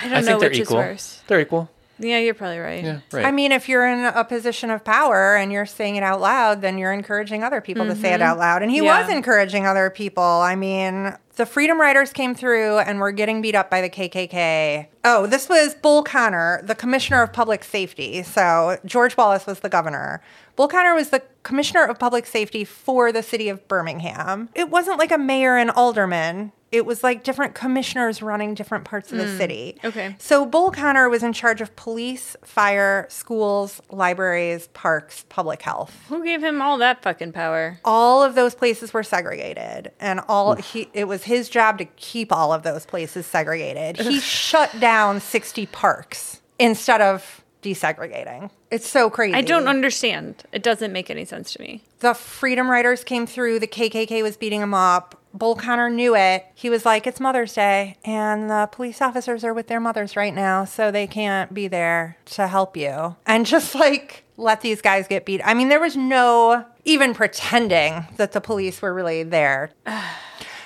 Speaker 2: I don't
Speaker 4: I,
Speaker 2: know
Speaker 4: think they're
Speaker 2: which
Speaker 4: equal.
Speaker 2: is worse.
Speaker 4: They're equal.
Speaker 2: Yeah, you're probably right.
Speaker 4: Yeah. Right.
Speaker 3: I mean, if you're in a position of power and you're saying it out loud, then you're encouraging other people to say it out loud. And he
Speaker 2: Mm-hmm. Yeah.
Speaker 3: was encouraging other people. I mean, the Freedom Riders came through and were getting beat up by the KKK. Oh, this was Bull Connor, the Commissioner of Public Safety. So George Wallace was the governor. Bull Connor was the Commissioner of Public Safety for the city of Birmingham. It wasn't like a mayor and alderman. It was like different commissioners running different parts of the city.
Speaker 2: okay.
Speaker 3: So Bull Connor was in charge of police, fire, schools, libraries, parks, public health.
Speaker 2: Who gave him all that fucking power?
Speaker 3: All of those places were segregated, and all he it was his job to keep all of those places segregated. He shut down 60 parks instead of desegregating. It's so crazy.
Speaker 2: I don't understand. It doesn't make any sense to me.
Speaker 3: The Freedom Riders came through. The KKK was beating him up. Bull Connor knew it. He was like, "It's Mother's Day, and the police officers are with their mothers right now, so they can't be there to help you." And just like let these guys get beat. I mean, there was no even pretending that the police were really there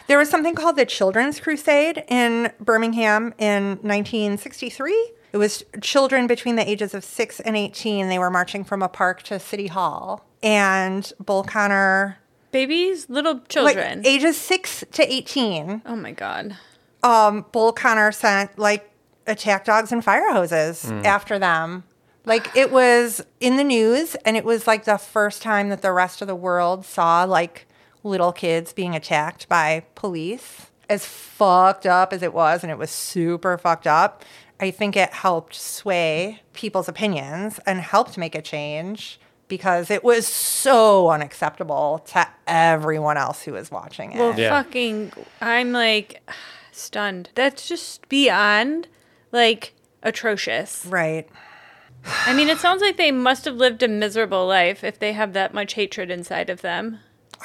Speaker 3: there was something called the Children's Crusade in Birmingham in 1963. It was children between the ages of 6 and 18. They were marching from a park to City Hall. And Bull Connor,
Speaker 2: Babies, little
Speaker 3: like
Speaker 2: children.
Speaker 3: ages 6 to 18,
Speaker 2: oh my god.
Speaker 3: um, Bull Connor sent like attack dogs and fire hoses after them. Like it was in the news, and it was like the first time that the rest of the world saw like little kids being attacked by police. As fucked up as it was, and it was super fucked up, I think it helped sway people's opinions and helped make a change because it was so unacceptable to everyone else who was watching it.
Speaker 2: Well,
Speaker 4: Yeah.
Speaker 2: fucking, I'm like stunned. That's just beyond like atrocious.
Speaker 3: right.
Speaker 2: I mean, it sounds like they must have lived a miserable life if they have that much hatred inside of them.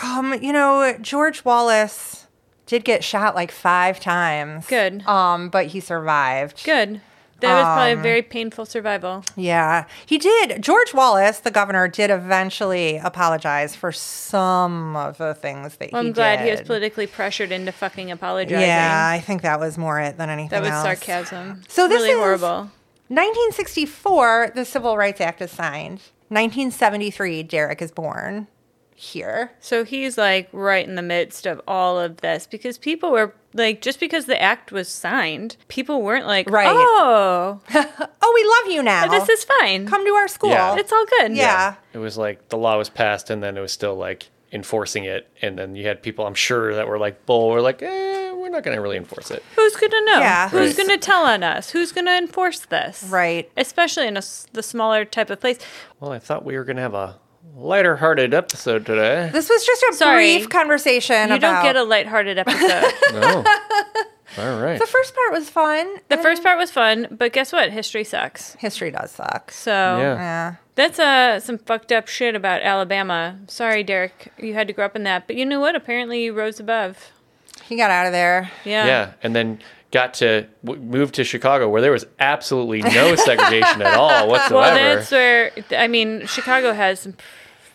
Speaker 3: Um, you know, George Wallace did get shot like five times.
Speaker 2: Good.
Speaker 3: Um, but he survived.
Speaker 2: Good. That was probably
Speaker 3: Um,
Speaker 2: a very painful survival.
Speaker 3: Yeah, he did. George Wallace, the governor, did eventually apologize for some of the things that
Speaker 2: Well,
Speaker 3: he
Speaker 2: I'm glad he was
Speaker 3: did.
Speaker 2: politically pressured into fucking apologizing.
Speaker 3: Yeah, I think that was more it than anything
Speaker 2: That was
Speaker 3: else.
Speaker 2: sarcasm.
Speaker 3: So this
Speaker 2: really
Speaker 3: is-
Speaker 2: horrible.
Speaker 3: 1964, the Civil Rights Act is signed. 1973, Derek is born here.
Speaker 2: So he's like right in the midst of all of this because people were like, just because the act was signed, people weren't like,
Speaker 3: Right.
Speaker 2: oh,
Speaker 3: Oh, we love you now.
Speaker 2: this is fine.
Speaker 3: come to our school.
Speaker 4: Yeah.
Speaker 2: It's all good.
Speaker 3: Yeah.
Speaker 4: It was like the law was passed, and then it was still like enforcing it, and then you had people I'm sure that were like bull, were like, eh, we're not gonna really enforce it.
Speaker 2: Who's going to know?
Speaker 3: Yeah.
Speaker 2: Who's
Speaker 4: Right.
Speaker 2: going to tell on us? Who's going to enforce this?
Speaker 3: Right.
Speaker 2: Especially in a s the smaller type of place.
Speaker 4: Well, I thought we were gonna have a lighter-hearted episode today.
Speaker 3: This was just a
Speaker 2: Sorry.
Speaker 3: brief conversation.
Speaker 2: You don't
Speaker 3: about-
Speaker 2: get a lighthearted episode.
Speaker 4: oh, all right.
Speaker 3: The first part was fun.
Speaker 2: the first part was fun, but guess what? History sucks.
Speaker 3: history does suck.
Speaker 2: So
Speaker 4: Yeah.
Speaker 3: Yeah.
Speaker 2: that's uh, some fucked up shit about Alabama. Sorry, Derek, you had to grow up in that. But you know what? Apparently you rose above.
Speaker 3: He got out of there.
Speaker 2: Yeah.
Speaker 4: Yeah, and then got to w- move to Chicago, where there was absolutely no segregation at all
Speaker 2: Well,
Speaker 4: whatsoever.
Speaker 2: that's where, I mean, Chicago has some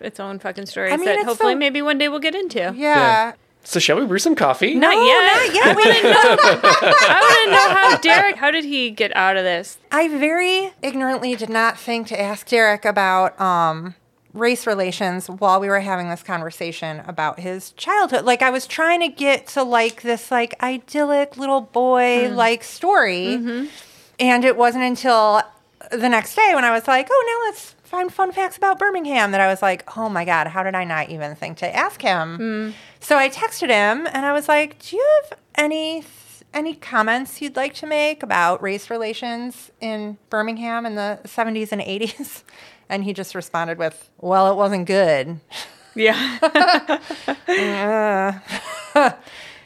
Speaker 2: its own fucking stories
Speaker 3: I mean,
Speaker 2: that
Speaker 3: it's
Speaker 2: hopefully
Speaker 3: so-
Speaker 2: maybe one day we'll get into.
Speaker 3: Yeah.
Speaker 4: So shall we brew some coffee?
Speaker 2: Not
Speaker 3: Oh,
Speaker 2: yet.
Speaker 3: not yet. We didn't know.
Speaker 2: I want to know how Derek. How did he get out of this?
Speaker 3: I very ignorantly did not think to ask Derek about um, race relations while we were having this conversation about his childhood. Like I was trying to get to like this like idyllic little boy
Speaker 2: Mm-hmm.
Speaker 3: like story, and it wasn't until the next day when I was like, oh, now let's find fun facts about Birmingham that I was like, oh my god, how did I not even think to ask him?
Speaker 2: Mm-hmm.
Speaker 3: So I texted him and I was like, do you have any any comments you'd like to make about race relations in Birmingham in the 70s and 80s? And he just responded with, Well, it wasn't good.
Speaker 2: Yeah.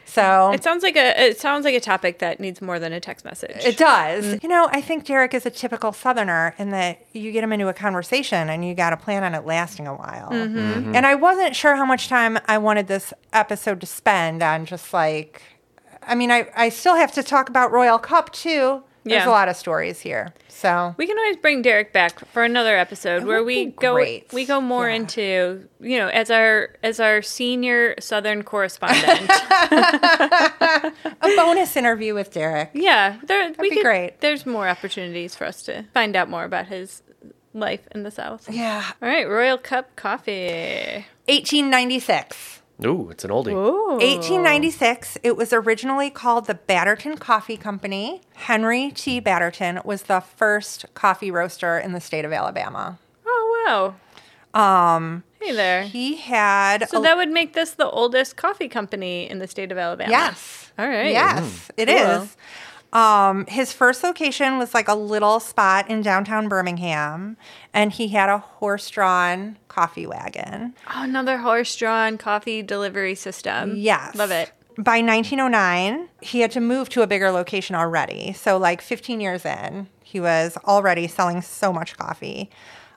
Speaker 3: So
Speaker 2: It sounds like a it sounds like a topic that needs more than a text message.
Speaker 3: it does. You know, I think Derek is a typical Southerner in that you get him into a conversation and you got to plan on it lasting a while. And I wasn't sure how much time I wanted this episode to spend on just like, I mean, I, I still have to talk about Royal Cup too. There's
Speaker 2: Yeah.
Speaker 3: a lot of stories here. So
Speaker 2: we can always bring Derek back for another episode where
Speaker 3: would
Speaker 2: we
Speaker 3: be
Speaker 2: go
Speaker 3: great.
Speaker 2: we go more
Speaker 3: Yeah.
Speaker 2: into you know as our as our senior Southern correspondent.
Speaker 3: a bonus interview with Derek.
Speaker 2: yeah, there we
Speaker 3: be
Speaker 2: could,
Speaker 3: great.
Speaker 2: There's more opportunities for us to find out more about his life in the South.
Speaker 3: Yeah.
Speaker 2: All right, Royal Cup Coffee.
Speaker 3: 1896.
Speaker 4: Ooh, it's an oldie.
Speaker 2: Ooh.
Speaker 3: 1896, it was originally called the Batterton Coffee Company. Henry T. Batterton was the first coffee roaster in the state of Alabama.
Speaker 2: Oh wow. Um. Hey there.
Speaker 3: He had.
Speaker 2: So
Speaker 3: a-
Speaker 2: that would make this the oldest coffee company in the state of Alabama.
Speaker 3: yes.
Speaker 2: All right. Mm.
Speaker 3: Yes, it is.
Speaker 2: Cool.
Speaker 3: Um, his first location was like a little spot in downtown Birmingham, and he had a horse drawn coffee wagon.
Speaker 2: Oh, another horse-drawn coffee delivery system.
Speaker 3: Yes.
Speaker 2: love it.
Speaker 3: By 1909, he had to move to a bigger location already. So, like 15 years in, he was already selling so much coffee.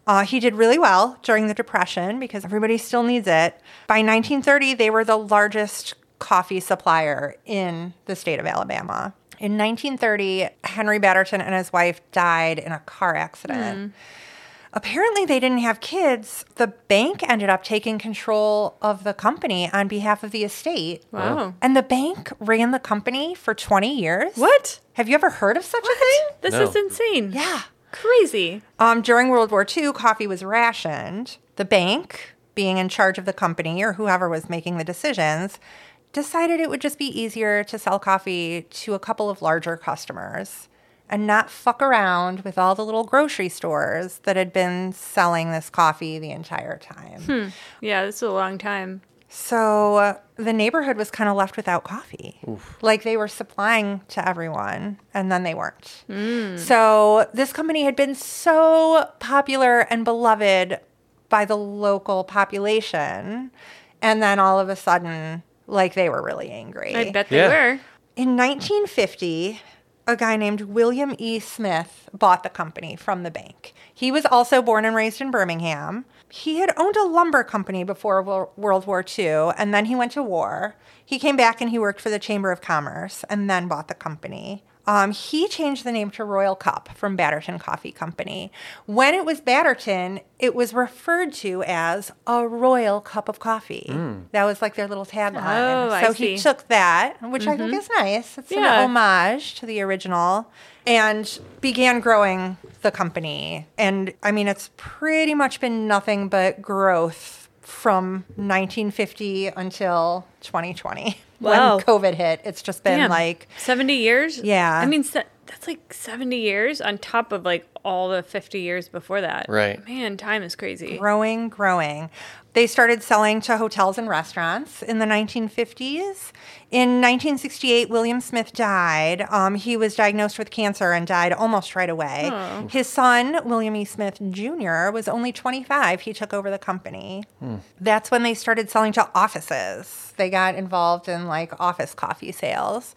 Speaker 3: Uh, he did really well during the Depression because everybody still needs it. By 1930, they were the largest coffee supplier in the state of Alabama. In 1930, Henry Batterton and his wife died in a car
Speaker 2: Hmm.
Speaker 3: accident apparently they didn't have kids the bank ended up taking control of the company on behalf of the estate
Speaker 2: Wow.
Speaker 3: and the bank ran the company for 20 years
Speaker 2: What?
Speaker 3: have you ever heard of such a thing
Speaker 2: This
Speaker 4: No.
Speaker 2: is insane.
Speaker 3: yeah
Speaker 2: Crazy.
Speaker 3: um, during world war ii coffee was rationed the bank being in charge of the company or whoever was making the decisions decided it would just be easier to sell coffee to a couple of larger customers and not fuck around with all the little grocery stores that had been selling this coffee the entire time.
Speaker 2: Yeah, this is a long time.
Speaker 3: So uh, the neighborhood was kind of left without coffee. Like they were supplying to everyone and then they weren't. So this company had been so popular and beloved by the local population. And then all of a sudden, like they were really angry.
Speaker 2: I bet they
Speaker 4: Yeah.
Speaker 2: were.
Speaker 3: In 1950, a guy named William E. Smith bought the company from the bank. He was also born and raised in Birmingham. He had owned a lumber company before Wo- World War II, and then he went to war. He came back and he worked for the Chamber of Commerce and then bought the company. Um, he changed the name to Royal Cup from Batterton Coffee Company. When it was Batterton, it was referred to as a Royal Cup of Coffee. That was like their little
Speaker 2: Oh,
Speaker 3: tagline.
Speaker 2: I
Speaker 3: so he
Speaker 2: see.
Speaker 3: took that, which I think is nice. It's
Speaker 2: Mm-hmm. Yeah.
Speaker 3: an homage to the original, and began growing the company. And I mean, it's pretty much been nothing but growth from 1950 until 2020.
Speaker 2: Wow.
Speaker 3: When COVID hit, it's just been
Speaker 2: Damn.
Speaker 3: like
Speaker 2: 70 years?
Speaker 3: Yeah.
Speaker 2: I mean, se- that's like 70 years on top of like all the 50 years before that.
Speaker 4: Right.
Speaker 2: Man, time is crazy.
Speaker 3: growing, growing. They started selling to hotels and restaurants in the 1950s. In 1968, William Smith died. Um, he was diagnosed with cancer and died almost right away. His son, William E. Smith Jr., was only 25. He took over the company. That's when they started selling to offices. They got involved in like office coffee sales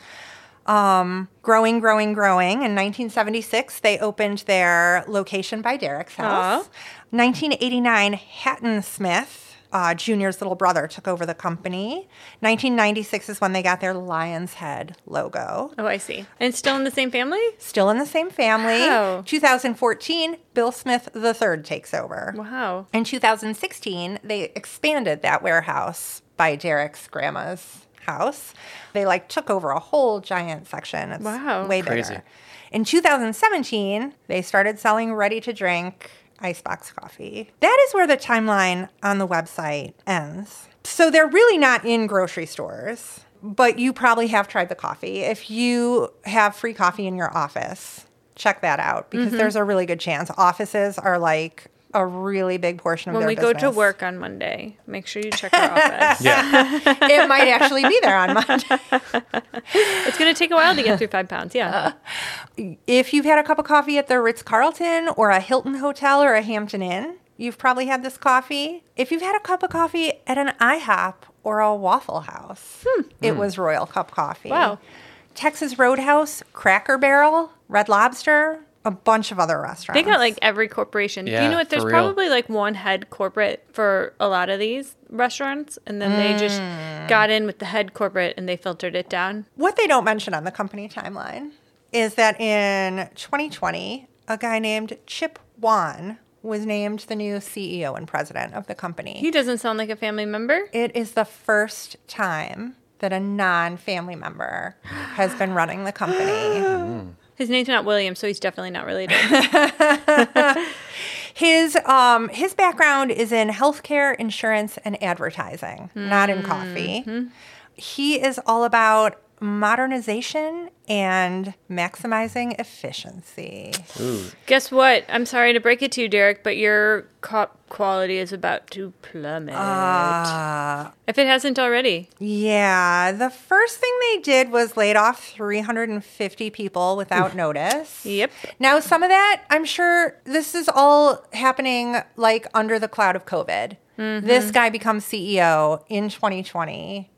Speaker 3: um, growing, growing, growing. In 1976, they opened their location by Derek's house. 1989, Hatton Smith uh, Junior's little brother took over the company. 1996 is when they got their lion's head logo.
Speaker 2: Oh, I see. And it's still in the same family?
Speaker 3: Still in the same family.
Speaker 2: Wow.
Speaker 3: 2014, Bill Smith III takes over.
Speaker 2: Wow.
Speaker 3: In 2016, they expanded that warehouse by Derek's grandma's house. They like took over a whole giant section. It's
Speaker 2: Wow.
Speaker 3: way
Speaker 4: Crazy.
Speaker 3: bigger. In 2017, they started selling ready to drink icebox coffee. That is where the timeline on the website ends. So they're really not in grocery stores, but you probably have tried the coffee. If you have free coffee in your office, check that out because
Speaker 2: Mm-hmm.
Speaker 3: there's a really good chance. Offices are like a really big portion of
Speaker 2: When
Speaker 3: their
Speaker 2: we go to
Speaker 3: business.
Speaker 2: work on Monday, make sure you check our office.
Speaker 4: Yeah.
Speaker 3: it might actually be there on Monday.
Speaker 2: It's going to take a while to get through five pounds.
Speaker 3: Uh-huh.
Speaker 2: Yeah.
Speaker 3: if you've had a cup of coffee at the Ritz Carlton or a Hilton Hotel or a Hampton Inn, you've probably had this coffee. If you've had a cup of coffee at an IHOP or a Waffle House, it was Royal Cup Coffee.
Speaker 2: Hmm. Wow.
Speaker 3: Texas Roadhouse, Cracker Barrel, Red Lobster, a bunch of other restaurants.
Speaker 2: They got like every corporation. Do
Speaker 4: Yeah,
Speaker 2: you know what? There's
Speaker 4: for real.
Speaker 2: probably like one head corporate for a lot of these restaurants, and then they just
Speaker 4: Hmm.
Speaker 2: got in with the head corporate and they filtered it down.
Speaker 3: What they don't mention on the company timeline is that in 2020, a guy named Chip Wan was named the new CEO and president of the company.
Speaker 2: He doesn't sound like a family member.
Speaker 3: It is the first time that a non family member has been running the company.
Speaker 2: His name's not William, so he's definitely not related.
Speaker 3: His um his background is in healthcare, insurance, and advertising, not in coffee. He is all about modernization and maximizing efficiency.
Speaker 2: Guess what? I'm sorry to break it to you, Derek, but your co- quality is about to plummet.
Speaker 4: Ah.
Speaker 2: if it hasn't already.
Speaker 3: Yeah, the first thing they did was laid off 350 people without notice.
Speaker 2: Yep.
Speaker 3: Now, some of that, I'm sure this is all happening like under the cloud of COVID.
Speaker 2: Mm-hmm.
Speaker 3: This guy becomes CEO in 2020.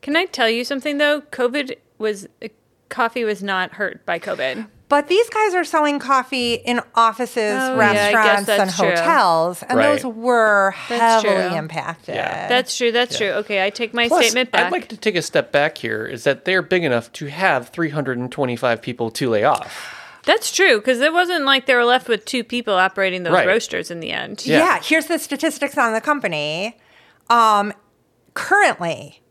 Speaker 2: Can I tell you something though? COVID was uh, coffee was not hurt by COVID.
Speaker 3: But these guys are selling coffee in offices,
Speaker 2: Oh, yeah, I guess
Speaker 3: restaurants, and
Speaker 2: that's true.
Speaker 3: hotels, and
Speaker 4: Right.
Speaker 3: those were
Speaker 2: That's true.
Speaker 3: heavily impacted.
Speaker 4: Uh, Yeah.
Speaker 2: That's true. That's true. Okay, I take my
Speaker 4: Plus,
Speaker 2: statement back.
Speaker 4: I'd like to take a step back here. Is that they're big enough to have 325 people to lay off?
Speaker 2: That's true because it wasn't like they were left with two people operating those
Speaker 4: Right.
Speaker 2: roasters in the end.
Speaker 4: Yeah.
Speaker 3: Yeah. here's the statistics on the company. Um, currently,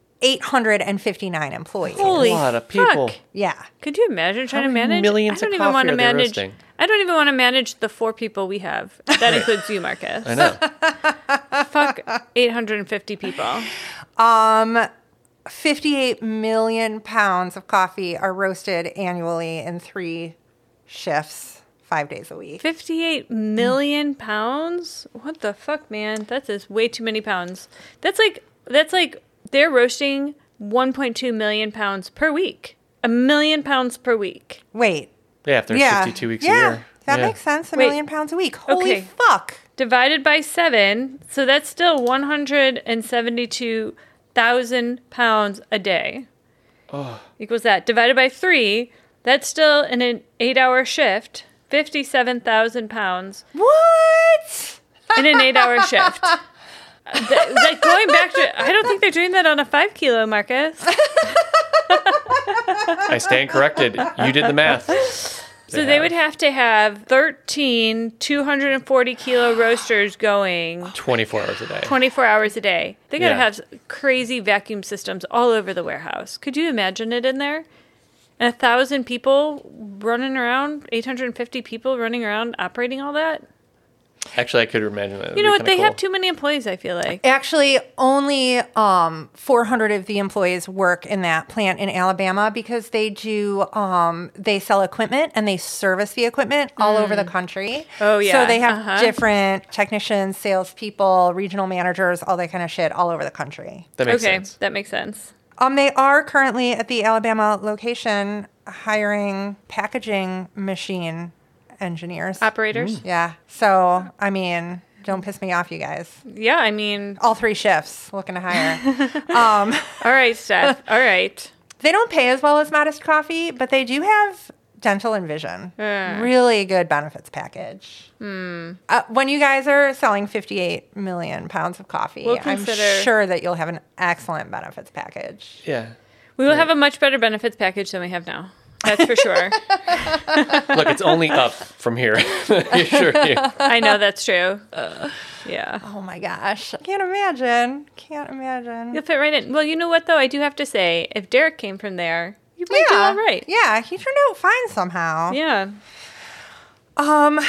Speaker 3: 859 employees.
Speaker 2: Holy
Speaker 4: A lot of
Speaker 2: fuck.
Speaker 4: people.
Speaker 3: Yeah.
Speaker 2: Could you imagine trying to
Speaker 4: many
Speaker 2: manage?
Speaker 4: millions
Speaker 2: I
Speaker 4: of
Speaker 2: don't
Speaker 4: coffee
Speaker 2: even want
Speaker 4: are
Speaker 2: to
Speaker 4: they
Speaker 2: manage.
Speaker 4: roasting?
Speaker 2: I don't even want to manage the four people we have. That includes you, Marcus.
Speaker 4: I know.
Speaker 2: Fuck 850 people.
Speaker 3: 58 million pounds of coffee are roasted annually in three shifts, five days a week.
Speaker 2: 58 million pounds? What the fuck, man? That's just way too many pounds. That's like that's like they're roasting 1.2 million pounds per week. A million pounds per week.
Speaker 3: Wait.
Speaker 4: yeah, if there's
Speaker 3: yeah.
Speaker 4: 52 weeks
Speaker 3: yeah,
Speaker 4: a year.
Speaker 3: That
Speaker 4: Yeah.
Speaker 3: makes sense. A
Speaker 2: Wait.
Speaker 3: million pounds a week. Holy
Speaker 2: Okay.
Speaker 3: fuck.
Speaker 2: divided by seven, so that's still 172,000 pounds a day. Equals that. Divided by three, that's still in an eight hour shift, 57,000 pounds
Speaker 3: What?
Speaker 2: in an eight hour shift. Uh, th- like going back to, I don't think they're doing that on a five kilo, Marcus.
Speaker 4: I stand corrected. You did the math.
Speaker 2: So they would have to have 13 240 kilo roasters going
Speaker 4: 24 hours a day.
Speaker 2: 24 hours a day. They got to
Speaker 4: Yeah.
Speaker 2: have s- crazy vacuum systems all over the warehouse. Could you imagine it in there? And a thousand people running around, 850 people running around operating all that.
Speaker 4: Actually, I could imagine that. That'd
Speaker 2: You know
Speaker 4: be
Speaker 2: what?
Speaker 4: kinda
Speaker 2: They have
Speaker 4: cool.
Speaker 2: too many employees, I feel like.
Speaker 3: Actually, only um, 400 of the employees work in that plant in Alabama because they do, um, they sell equipment and they service the equipment all over the country.
Speaker 2: Oh, yeah.
Speaker 3: So they have
Speaker 2: Uh-huh.
Speaker 3: different technicians, salespeople, regional managers, all that kind of shit all over the country.
Speaker 4: That makes
Speaker 2: okay,
Speaker 4: sense.
Speaker 2: that makes sense.
Speaker 3: Um, they are currently at the Alabama location hiring packaging machine engineers.
Speaker 2: Operators?
Speaker 3: yeah. So, I mean, don't piss me off, you guys.
Speaker 4: Mm-hmm.
Speaker 2: Yeah, I mean,
Speaker 3: All three shifts looking to hire.
Speaker 2: all right, Steph. All right.
Speaker 3: they don't pay as well as Modest Coffee, but they do have dental and vision.
Speaker 2: Hmm.
Speaker 3: Really good benefits package. Uh, when you guys are selling 58 million pounds of coffee,
Speaker 2: We'll
Speaker 3: I'm
Speaker 2: consider-
Speaker 3: sure that you'll have an excellent benefits package.
Speaker 4: Yeah.
Speaker 2: We will have a much better benefits package than we have now. That's for sure.
Speaker 4: Look, it's only up from here. You sure you.
Speaker 2: I know that's true.
Speaker 4: Uh.
Speaker 2: yeah.
Speaker 3: Oh my gosh. Can't imagine. Can't imagine.
Speaker 2: You'll fit right in. Well, you know what though? I do have to say, if Derek came from there, you might do all right.
Speaker 3: Yeah, he turned out fine somehow.
Speaker 2: Yeah.
Speaker 3: Um,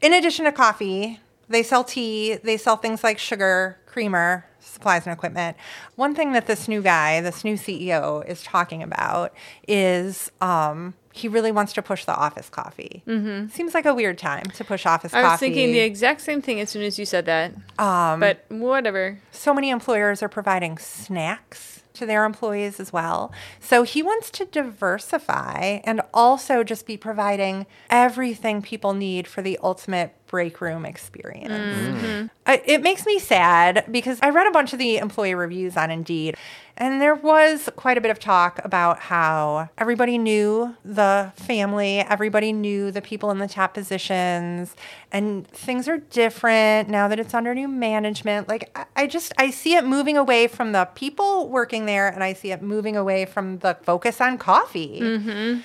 Speaker 3: in addition to coffee, they sell tea. They sell things like sugar, creamer, supplies, and equipment. One thing that this new guy, this new CEO, is talking about is um, he really wants to push the office coffee. Mm-hmm. Seems like a weird time to push office
Speaker 2: I
Speaker 3: coffee.
Speaker 2: was thinking the exact same thing as soon as you said that. Um, but whatever.
Speaker 3: so many employers are providing snacks to their employees as well. So he wants to diversify and also just be providing everything people need for the ultimate break room experience.
Speaker 2: Mm.
Speaker 3: I, it makes me sad because I read a bunch of the employee reviews on Indeed, and there was quite a bit of talk about how everybody knew the family, everybody knew the people in the top positions, and things are different now that it's under new management. Like, I, I just I see it moving away from the people working there, and I see it moving away from the focus on coffee.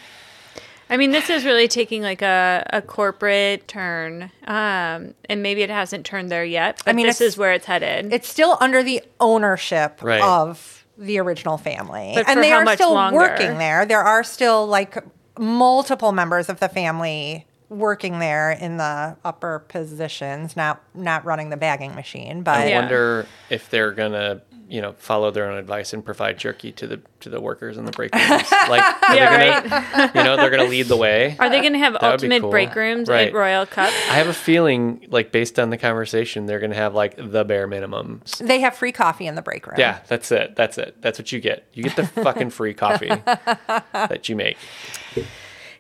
Speaker 2: I mean, this is really taking like a, a corporate turn, um, and maybe it hasn't turned there yet. But I
Speaker 3: mean,
Speaker 2: mean, this
Speaker 3: it's-
Speaker 2: is where it's headed.
Speaker 3: It's still under the ownership
Speaker 4: Right.
Speaker 3: of the original family.
Speaker 2: But
Speaker 3: and
Speaker 2: for
Speaker 3: they
Speaker 2: how
Speaker 3: are
Speaker 2: much
Speaker 3: still
Speaker 2: longer?
Speaker 3: working there. There are still like multiple members of the family working there in the upper positions, not not running the bagging machine, but
Speaker 4: I
Speaker 2: Yeah.
Speaker 4: wonder if they're gonna, you know, follow their own advice and provide jerky to the to the workers in the break rooms. Like, are
Speaker 2: Yeah,
Speaker 4: they gonna, you know, they're gonna lead the way.
Speaker 2: Are they going to have
Speaker 4: would be
Speaker 2: ultimate
Speaker 4: cool.
Speaker 2: break rooms
Speaker 4: Right.
Speaker 2: at Royal Cup?
Speaker 4: I have a feeling, like based on the conversation, they're gonna have like the bare minimum.
Speaker 3: they have free coffee in the break room.
Speaker 4: Yeah, that's it. That's it. That's what you get. You get the fucking free coffee that you make.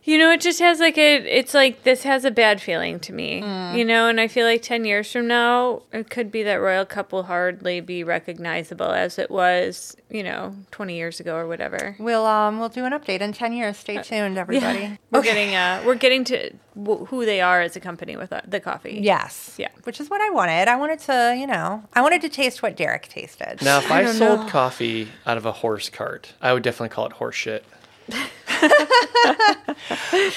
Speaker 2: You know, it just has like a, it's like this has a bad feeling to me,
Speaker 3: Mm.
Speaker 2: you know, and I feel like 10 years from now, it could be that Royal Cup will hardly be recognizable as it was, you know, 20 years ago or whatever.
Speaker 3: We'll um we'll do an update in 10 years. Stay
Speaker 2: Uh,
Speaker 3: tuned everybody.
Speaker 2: We're getting, uh, we're getting to w- who they are as a company with uh, the coffee.
Speaker 3: Yes.
Speaker 2: Yeah.
Speaker 3: Which is what I wanted. I wanted to, you know, I wanted to taste what Derek tasted.
Speaker 4: Now, if I, sold coffee out of a horse cart, I would definitely call it horse shit.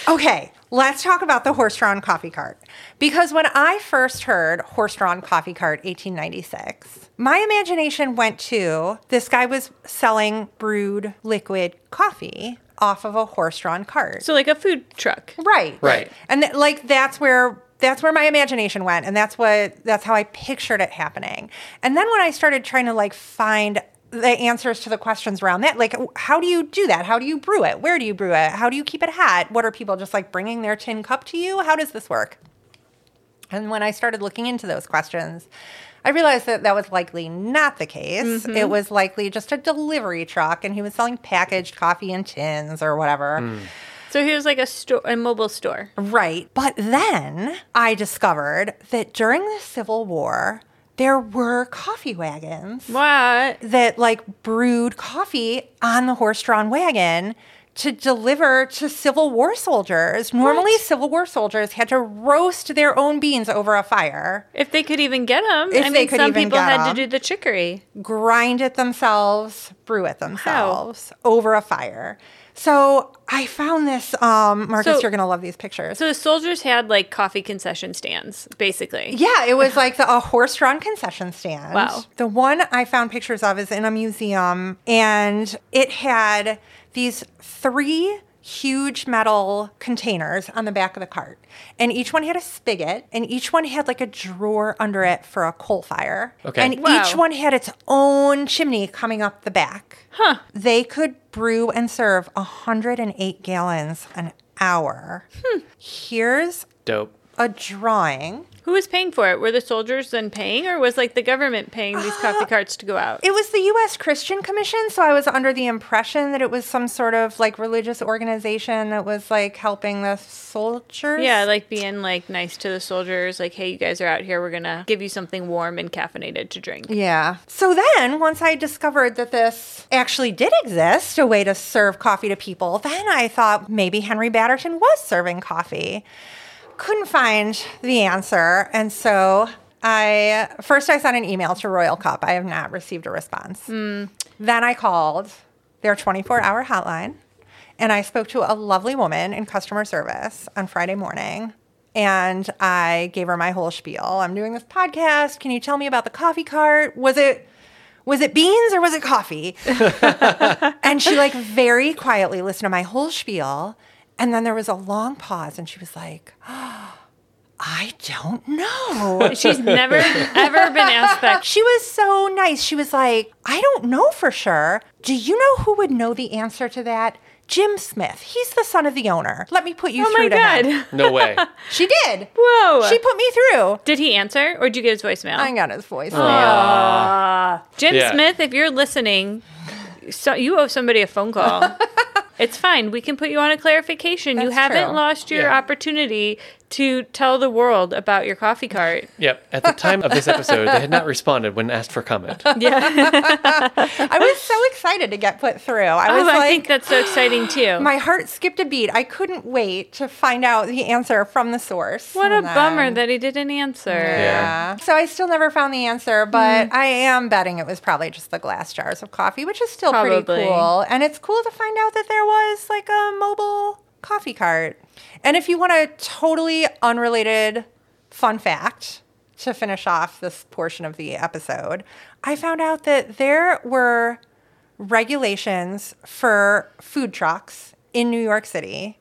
Speaker 3: Okay, let's talk about the horse drawn coffee cart. Because when I first heard horse drawn coffee cart 1896, my imagination went to this guy was selling brewed liquid coffee off of a horse drawn cart.
Speaker 2: So, like a food truck.
Speaker 3: Right.
Speaker 4: Right.
Speaker 3: And th- like that's where that's where my imagination went and that's what that's how I pictured it happening. And then when I started trying to like find the answers to the questions around that, like w- how do you do that? How do you brew it? Where do you brew it? How do you keep it hot? What are people just like bringing their tin cup to you? How does this work? And when I started looking into those questions, I realized that that was likely not the case. It was likely just a delivery truck and he was selling packaged coffee in tins or whatever.
Speaker 2: So, he was like a store, a mobile store.
Speaker 3: Right. But then I discovered that during the Civil War, there were coffee wagons
Speaker 2: What?
Speaker 3: that like brewed coffee on the horse drawn wagon to deliver to Civil War soldiers. Normally, Civil War soldiers had to roast their own beans over a fire,
Speaker 2: If they could even get them.
Speaker 3: If
Speaker 2: I mean,
Speaker 3: they could
Speaker 2: some
Speaker 3: even
Speaker 2: people
Speaker 3: get
Speaker 2: had
Speaker 3: 'em.
Speaker 2: to do the chicory.
Speaker 3: grind it themselves, brew it themselves over a fire. So I found this. Um, Marcus,
Speaker 2: So-
Speaker 3: you're going to love these pictures.
Speaker 2: So, the soldiers had like coffee concession stands, basically.
Speaker 3: Yeah, it was like the, a horse-drawn concession stand.
Speaker 2: Wow.
Speaker 3: The one I found pictures of is in a museum, and it had these three huge metal containers on the back of the cart, and each one had a spigot, and each one had like a drawer under it for a coal fire.
Speaker 4: Okay.
Speaker 3: And
Speaker 2: Wow.
Speaker 3: each one had its own chimney coming up the back. Huh. They could brew and serve 108
Speaker 2: Hmm.
Speaker 3: gallons an hour. Here's
Speaker 4: Dope.
Speaker 3: a drawing
Speaker 2: Who was paying for it? Were the soldiers then paying, or was like the government paying these coffee carts to go out?
Speaker 3: Uh, It was the U.S. Christian Commission, so I was under the impression that it was some sort of like religious organization that was like helping the soldiers.
Speaker 2: Yeah, like being like nice to the soldiers, like, hey, you guys are out here, we're gonna give you something warm and caffeinated to drink.
Speaker 3: Yeah. So then, once I discovered that this actually did exist, a way to serve coffee to people, then I thought maybe Henry Batterton was serving coffee. Couldn't find the answer. And so I first I sent an email to Royal Cup. I have not received a response. Then I called their 24 hour hotline and I spoke to a lovely woman in customer service on Friday morning. And I gave her my whole spiel. I'm doing this podcast. Can you tell me about the coffee cart? Was it was it beans or was it coffee? and she like very quietly listened to my whole spiel. And then there was a long pause and she was like, I don't know.
Speaker 2: She's never ever been asked that.
Speaker 3: She was so nice. She was like, I don't know for sure. Do you know who would know the answer to that? Jim Smith. He's the son of the owner. Let me put you
Speaker 2: Oh my
Speaker 3: through to him."
Speaker 2: god.
Speaker 4: No way.
Speaker 3: She did.
Speaker 2: Whoa.
Speaker 3: She put me through.
Speaker 2: Did he answer, or did you get his voicemail?
Speaker 3: I got his voice.
Speaker 2: Jim
Speaker 4: Yeah.
Speaker 2: Smith, if you're listening, so you owe somebody a phone call. it's fine. We can put you on a clarification. you
Speaker 3: That's
Speaker 2: haven't
Speaker 3: true.
Speaker 2: lost your
Speaker 4: Yeah.
Speaker 2: opportunity to tell the world about your coffee cart.
Speaker 4: Yep. At the time of this episode, they had not responded when asked for comment.
Speaker 2: Yeah.
Speaker 3: I was so excited to get put through. I was
Speaker 2: oh,
Speaker 3: like,
Speaker 2: I think that's so exciting too.
Speaker 3: my heart skipped a beat. I couldn't wait to find out the answer from the source.
Speaker 2: what a
Speaker 3: And then-
Speaker 2: bummer that he didn't answer.
Speaker 3: Yeah. So I still never found the answer, but
Speaker 2: Mm-hmm.
Speaker 3: I am betting it was probably just the glass jars of coffee, which is still
Speaker 2: Probably.
Speaker 3: pretty cool. And it's cool to find out that there was like a mobile coffee cart. And if you want a totally unrelated fun fact to finish off this portion of the episode, I found out that there were regulations for food trucks in New York City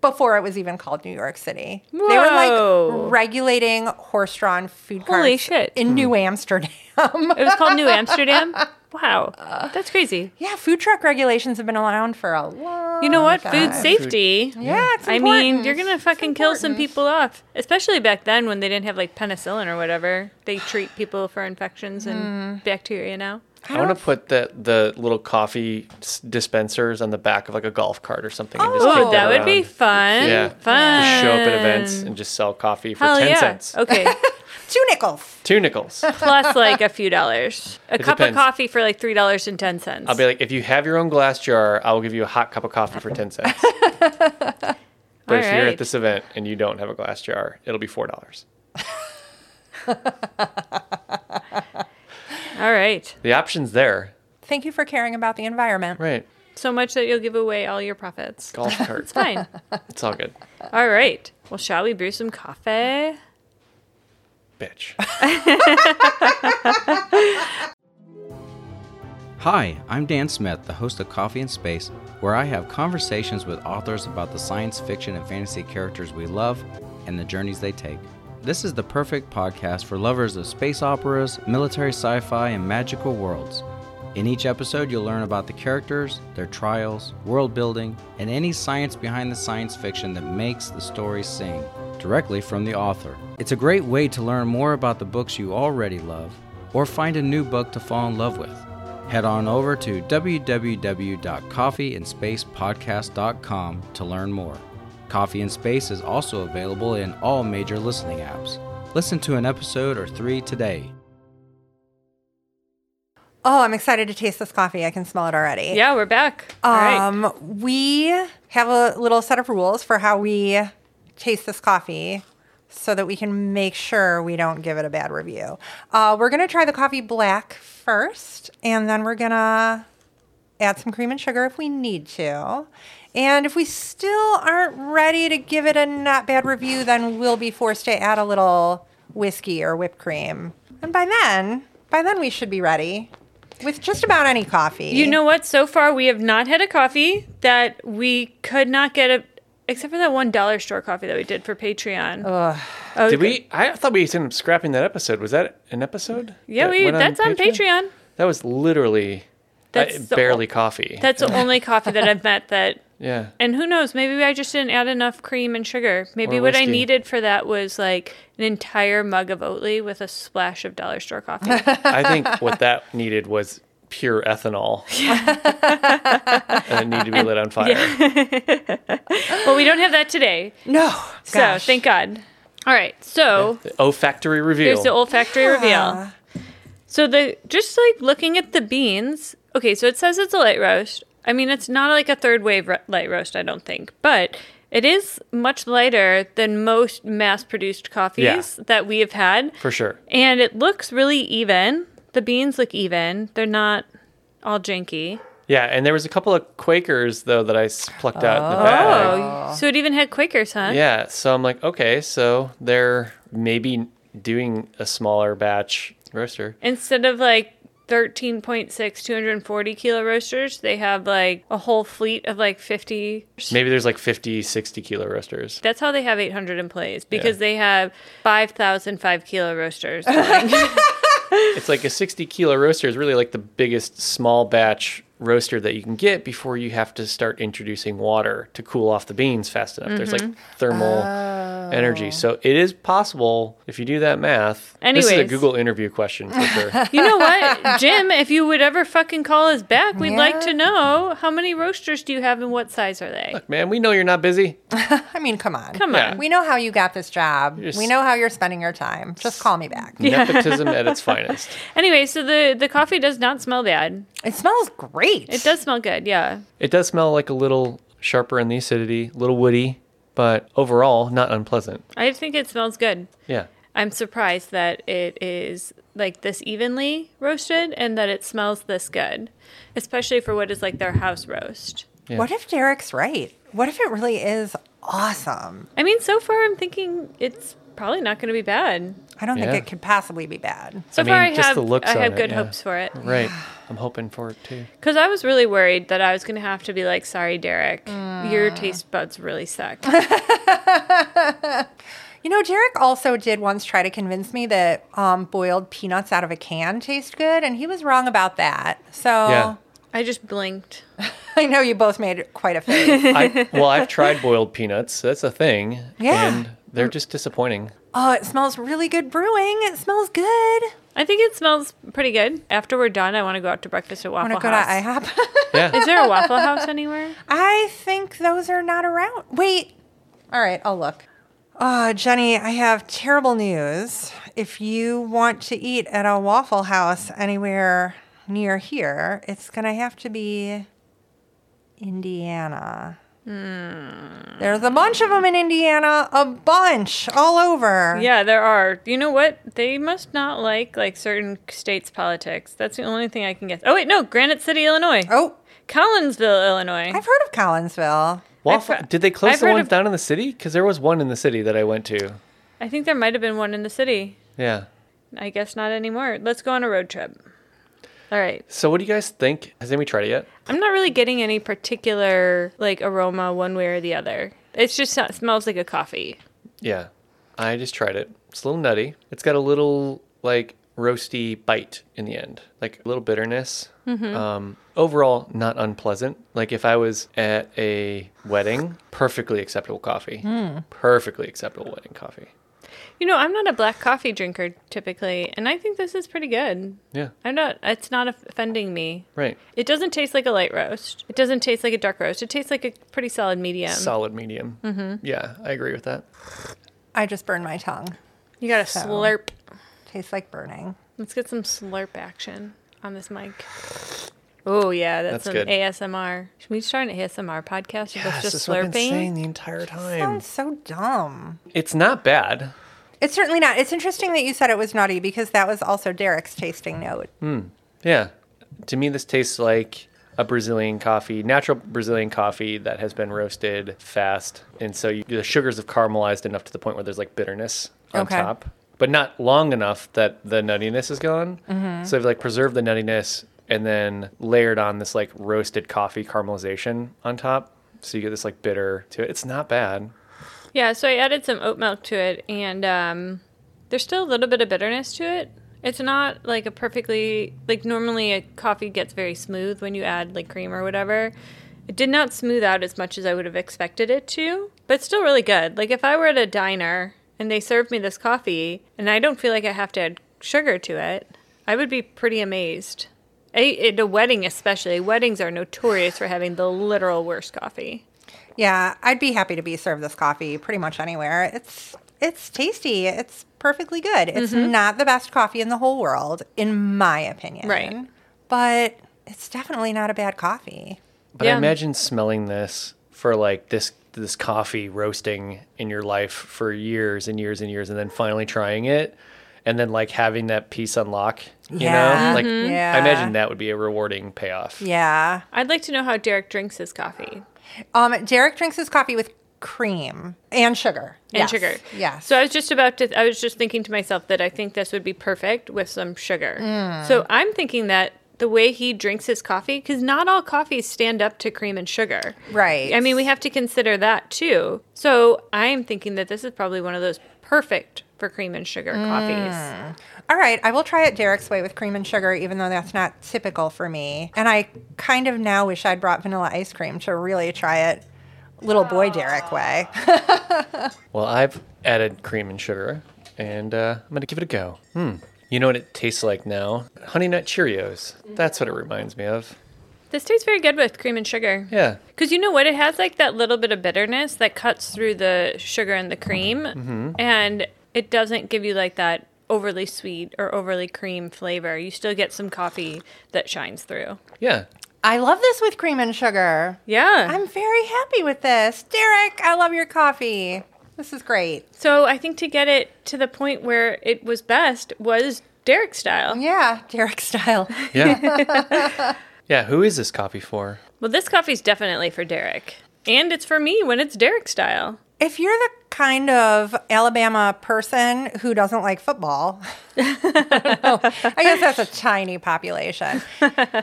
Speaker 3: before it was even called New York City. They were
Speaker 2: Whoa.
Speaker 3: like regulating horse-drawn food carts
Speaker 2: Holy shit.
Speaker 3: in New Amsterdam.
Speaker 2: It was called New Amsterdam. Wow.
Speaker 3: Uh,
Speaker 2: That's crazy.
Speaker 3: yeah, food truck regulations have been around for a long
Speaker 2: You
Speaker 4: Oh
Speaker 2: know what?
Speaker 3: time.
Speaker 2: Food safety.
Speaker 3: Yeah, it's
Speaker 2: I mean, you're
Speaker 3: important.
Speaker 2: gonna
Speaker 3: It's
Speaker 2: fucking kill some
Speaker 3: important.
Speaker 2: people off, especially back then when they didn't have like penicillin or whatever. They treat people for infections and
Speaker 4: Mm.
Speaker 2: bacteria now.
Speaker 4: I, want to put the, the little coffee s- dispensers on the back of like a golf cart or something. and just
Speaker 3: Oh,
Speaker 4: take
Speaker 2: Oh,
Speaker 4: them
Speaker 2: that would be
Speaker 4: around.
Speaker 2: fun.
Speaker 4: Yeah.
Speaker 2: Fun.
Speaker 4: Just show up at events and just sell coffee for
Speaker 2: Hell
Speaker 4: 10
Speaker 2: yeah. Oh.
Speaker 4: cents.
Speaker 2: Okay.
Speaker 3: Two nickels.
Speaker 4: Two nickels.
Speaker 2: Plus like a few dollars. A cup
Speaker 4: depends.
Speaker 2: of coffee for like three dollars and ten cents.
Speaker 4: I'll be like, if you have your own glass jar, I will give you a hot cup of coffee for 10 cents. but if you're
Speaker 2: Alright.
Speaker 4: at this event and you don't have a glass jar, it'll be $4.
Speaker 2: All right.
Speaker 4: The option's there.
Speaker 3: Thank you for caring about the environment.
Speaker 4: Right.
Speaker 2: So much that you'll give away all your profits.
Speaker 4: Golf cart.
Speaker 2: Fine.
Speaker 4: it's all good.
Speaker 2: All right. Well, shall we brew some coffee?
Speaker 4: Bitch.
Speaker 5: Hi, I'm Dan Smith, the host of Coffee in Space, where I have conversations with authors about the science fiction and fantasy characters we love and the journeys they take. This is the perfect podcast for lovers of space operas, military sci fi, and magical worlds. In each episode, you'll learn about the characters, their trials, world building, and any science behind the science fiction that makes the story sing, directly from the author. It's a great way to learn more about the books you already love or find a new book to fall in love with head on over to www.coffeeindspacepodcast.com to learn more. Coffee in Space is also available in all major listening apps. Listen to an episode or three today.
Speaker 3: Oh, I'm excited to taste this coffee. I can smell it already.
Speaker 2: Yeah, we're back. All right.
Speaker 3: Um, We have a little set of rules for how we taste this coffee so that we can make sure we don't give it a bad review. Uh, we're going to try the coffee black first, and then we're going to add some cream and sugar if we need to. And if we still aren't ready to give it a not bad review, then we'll be forced to add a little whiskey or whipped cream. And by then, by then we should be ready with just about any coffee.
Speaker 2: You know what? So far, we have not had a coffee that we could not get a, except for that one dollar store coffee that we did for Patreon.
Speaker 4: Did we? I thought we ended up scrapping that episode. Was that an episode?
Speaker 2: yeah,
Speaker 4: that
Speaker 2: we.
Speaker 4: went
Speaker 2: That's on Patreon.
Speaker 4: That was literally uh,
Speaker 2: That's the-
Speaker 4: barely coffee.
Speaker 2: That's the only coffee that I've met that
Speaker 4: Yeah.
Speaker 2: And who knows? Maybe I just didn't add enough cream and sugar. Maybe
Speaker 4: Or
Speaker 2: what I
Speaker 4: whiskey.
Speaker 2: needed for that was like an entire mug of Oatly with a splash of dollar store coffee.
Speaker 4: I think what that needed was pure ethanol. and it needed to be lit on fire.
Speaker 2: well, we don't have that today,
Speaker 3: No.
Speaker 2: so
Speaker 3: Gosh.
Speaker 2: thank God. All right, so
Speaker 4: The olfactory reveal.
Speaker 2: There's the olfactory
Speaker 3: Yeah.
Speaker 2: reveal. So the just like looking at the beans. Okay, so it says it's a light roast. I mean, it's not like a third wave ro- light roast, I don't think, but it is much lighter than most mass-produced coffees that we have had.
Speaker 4: for sure.
Speaker 2: And it looks really even. The beans look even. They're not all janky.
Speaker 4: Yeah, and there was a couple of Quakers though that I s- plucked out in the
Speaker 2: Oh,
Speaker 4: bag.
Speaker 2: so it even had Quakers, huh?
Speaker 4: Yeah, so I'm like, okay, so they're maybe doing a smaller batch roaster.
Speaker 2: Instead of like 13.6 240 kilo roasters, they have like a whole fleet of like 50.
Speaker 4: Maybe there's like 50, 60 kilo roasters.
Speaker 2: That's how they have 800 employees because they have 5,005 kilo roasters.
Speaker 4: It's like a 60 kilo roaster is really like the biggest small batch roaster that you can get before you have to start introducing water to cool off the beans fast enough. There's like thermal energy. So it is possible if you do that math. This is a
Speaker 2: Anyways.
Speaker 4: Google interview question for sure.
Speaker 2: you know what, Jim? If you would ever fucking call us back, we'd like to know how many roasters do you have and what size are they?
Speaker 4: Man, we know you're not busy.
Speaker 3: I mean, come on.
Speaker 2: Come
Speaker 4: Yeah.
Speaker 2: on.
Speaker 3: We know how you got this job.
Speaker 4: You're s-
Speaker 3: we know how you're spending your time. Just call me back.
Speaker 4: Nepotism at its finest.
Speaker 2: Anyway, so the, the coffee does not smell bad.
Speaker 3: It smells great.
Speaker 2: It does smell good, yeah.
Speaker 4: It does smell like a little sharper in the acidity, a little woody, but overall not unpleasant.
Speaker 2: I think it smells good.
Speaker 4: Yeah.
Speaker 2: I'm surprised that it is like this evenly roasted and that it smells this good, especially for what is like their house roast.
Speaker 4: Yeah.
Speaker 3: What if Derek's right? What if it really is awesome?
Speaker 2: I mean, so far I'm thinking it's probably not going to be bad.
Speaker 3: I don't
Speaker 4: Yeah.
Speaker 3: think it could possibly be bad.
Speaker 2: So
Speaker 4: I mean,
Speaker 2: far, I
Speaker 4: just
Speaker 2: have
Speaker 4: the looks
Speaker 2: I
Speaker 4: on
Speaker 2: have
Speaker 4: it,
Speaker 2: good
Speaker 4: yeah.
Speaker 2: hopes for it
Speaker 4: Right. I'm hoping for it too.
Speaker 2: because I was really worried that I was going to have to be like, "Sorry, Derek, your
Speaker 3: Mm.
Speaker 2: taste buds really suck."
Speaker 3: You know, Derek also did once try to convince me that um, boiled peanuts out of a can taste good, and he was wrong about that. So
Speaker 4: Yeah.
Speaker 2: I just blinked.
Speaker 3: I know you both made quite a face.
Speaker 4: I, well, I've tried boiled peanuts. That's a thing.
Speaker 3: Yeah.
Speaker 4: And they're just disappointing.
Speaker 3: oh, it smells really good brewing. It smells good.
Speaker 2: I think it smells pretty good. After we're done, I want to go out to breakfast at
Speaker 3: I
Speaker 2: Waffle
Speaker 3: want to go to
Speaker 2: House.
Speaker 3: IHOP.
Speaker 4: Yeah.
Speaker 2: Is there a Waffle House anywhere?
Speaker 3: I think those are not around. Wait. All right, I'll look. Uh, Jenny, I have terrible news. If you want to eat at a Waffle House anywhere near here, it's going to have to be Indiana. There's a bunch of them in Indiana, a bunch all over.
Speaker 2: Yeah, there are. You know what? They must not like like certain states' politics. That's the only thing I can guess. Oh wait, no, Granite City, Illinois.
Speaker 3: Oh,
Speaker 2: Collinsville, Illinois.
Speaker 3: I've heard of Collinsville.
Speaker 4: Waffle,
Speaker 2: I've-
Speaker 4: did they close
Speaker 2: I've
Speaker 4: the
Speaker 2: heard
Speaker 4: ones
Speaker 2: of-
Speaker 4: down in the city? Because there was one in the city that I went to.
Speaker 2: I think there might have been one in the city.
Speaker 4: Yeah.
Speaker 2: I guess not anymore. Let's go on a road trip. All right.
Speaker 4: So what do you guys think? Has anybody tried it yet?
Speaker 2: I'm not really getting any particular like aroma one way or the other. It's just not, smells like a coffee.
Speaker 4: Yeah. I just tried it. It's a little nutty. It's got a little like roasty bite in the end, like a little bitterness.
Speaker 2: Mm-hmm.
Speaker 4: Um, overall, not unpleasant. Like if I was at a wedding, perfectly acceptable coffee.
Speaker 2: Hmm.
Speaker 4: Perfectly acceptable wedding coffee.
Speaker 2: You know, I'm not a black coffee drinker typically, and I think this is pretty good.
Speaker 4: Yeah.
Speaker 2: I'm not. It's not offending me.
Speaker 4: Right.
Speaker 2: It doesn't taste like a light roast. It doesn't taste like a dark roast. It tastes like a pretty solid medium.
Speaker 4: Solid medium. Mm-hmm. Yeah, I agree with that.
Speaker 3: I just burned my tongue.
Speaker 2: you got a slurp.
Speaker 3: Tastes like burning.
Speaker 2: Let's get some slurp action on this mic. Oh yeah,
Speaker 4: That's
Speaker 2: that's, some
Speaker 4: good.
Speaker 2: ASMR. Should we start an ASMR podcast with us
Speaker 4: That's
Speaker 2: just
Speaker 4: what I've been
Speaker 2: slurping?
Speaker 4: saying the entire time.
Speaker 3: Sounds so dumb.
Speaker 4: It's not bad.
Speaker 3: It's certainly not. It's interesting that you said it was nutty because that was also Derek's tasting note.
Speaker 4: Yeah. To me, this tastes like a Brazilian coffee, natural Brazilian coffee that has been roasted fast. And so you, the sugars have caramelized enough to the point where there's like bitterness on
Speaker 3: Okay.
Speaker 4: top, but not long enough that the nuttiness is gone. So they've like preserved the nuttiness and then layered on this like roasted coffee caramelization on top. So you get this like bitter to it. It's not bad.
Speaker 2: Yeah, so I added some oat milk to it, and um, there's still a little bit of bitterness to it. It's not like a perfectly like normally a coffee gets very smooth when you add like cream or whatever, It did not smooth out as much as I would have expected it to, but still really good. Like if I were at a diner and they served me this coffee and I don't feel like I have to add sugar to it, I would be pretty amazed. A- At a wedding, especially, weddings are notorious for having the literal worst coffee.
Speaker 3: Yeah, I'd be happy to be served this coffee pretty much anywhere. It's it's tasty. It's perfectly good. It's
Speaker 2: Mm-hmm.
Speaker 3: not the best coffee in the whole world, in my opinion.
Speaker 2: Right.
Speaker 3: But it's definitely not a bad coffee.
Speaker 4: But
Speaker 2: Yeah.
Speaker 4: I imagine smelling this for like this this coffee roasting in your life for years and years and years, and then finally trying it, and then like having that piece unlock. You
Speaker 3: Yeah.
Speaker 4: know, like
Speaker 3: Mhm. Yeah.
Speaker 4: I imagine that would be a rewarding payoff.
Speaker 3: Yeah.
Speaker 2: I'd like to know how Derek drinks his coffee
Speaker 3: Um, Derek drinks his coffee with cream and sugar.
Speaker 2: and
Speaker 3: Yes.
Speaker 2: sugar.
Speaker 3: Yes.
Speaker 2: So I was just about to, I was just thinking to myself that I think this would be perfect with some sugar.
Speaker 3: Mm.
Speaker 2: So I'm thinking that the way he drinks his coffee, because not all coffees stand up to cream and sugar.
Speaker 3: Right.
Speaker 2: I mean, we have to consider that too. So I'm thinking that this is probably one of those perfect for cream and sugar
Speaker 3: Mm.
Speaker 2: coffees.
Speaker 3: All right, I will try it Derek's way with cream and sugar, even though that's not typical for me. And I kind of now wish I'd brought vanilla ice cream to really try it little boy Derek way.
Speaker 4: Well, I've added cream and sugar, and uh, I'm gonna give it a go. Hmm. You know what it tastes like now? Honey Nut Cheerios. That's what it reminds me of.
Speaker 2: This tastes very good with cream and sugar.
Speaker 4: Yeah.
Speaker 2: Because you know what? It has like that little bit of bitterness that cuts through the sugar and the cream.
Speaker 4: Mm-hmm.
Speaker 2: And it doesn't give you like that overly sweet or overly cream flavor. You still get some coffee that shines through.
Speaker 4: Yeah.
Speaker 3: I love this with cream and sugar.
Speaker 2: Yeah.
Speaker 3: I'm very happy with this. Derek, I love your coffee. This is great.
Speaker 2: so I think to get it to the point where it was best was Derek style.
Speaker 3: Yeah, Derek style.
Speaker 4: Yeah. yeah. Who is this coffee for?
Speaker 2: Well, this coffee's definitely for Derek. And it's for me when it's Derek style.
Speaker 3: If you're the kind of Alabama person who doesn't like football, I, don't know. I guess that's a tiny population.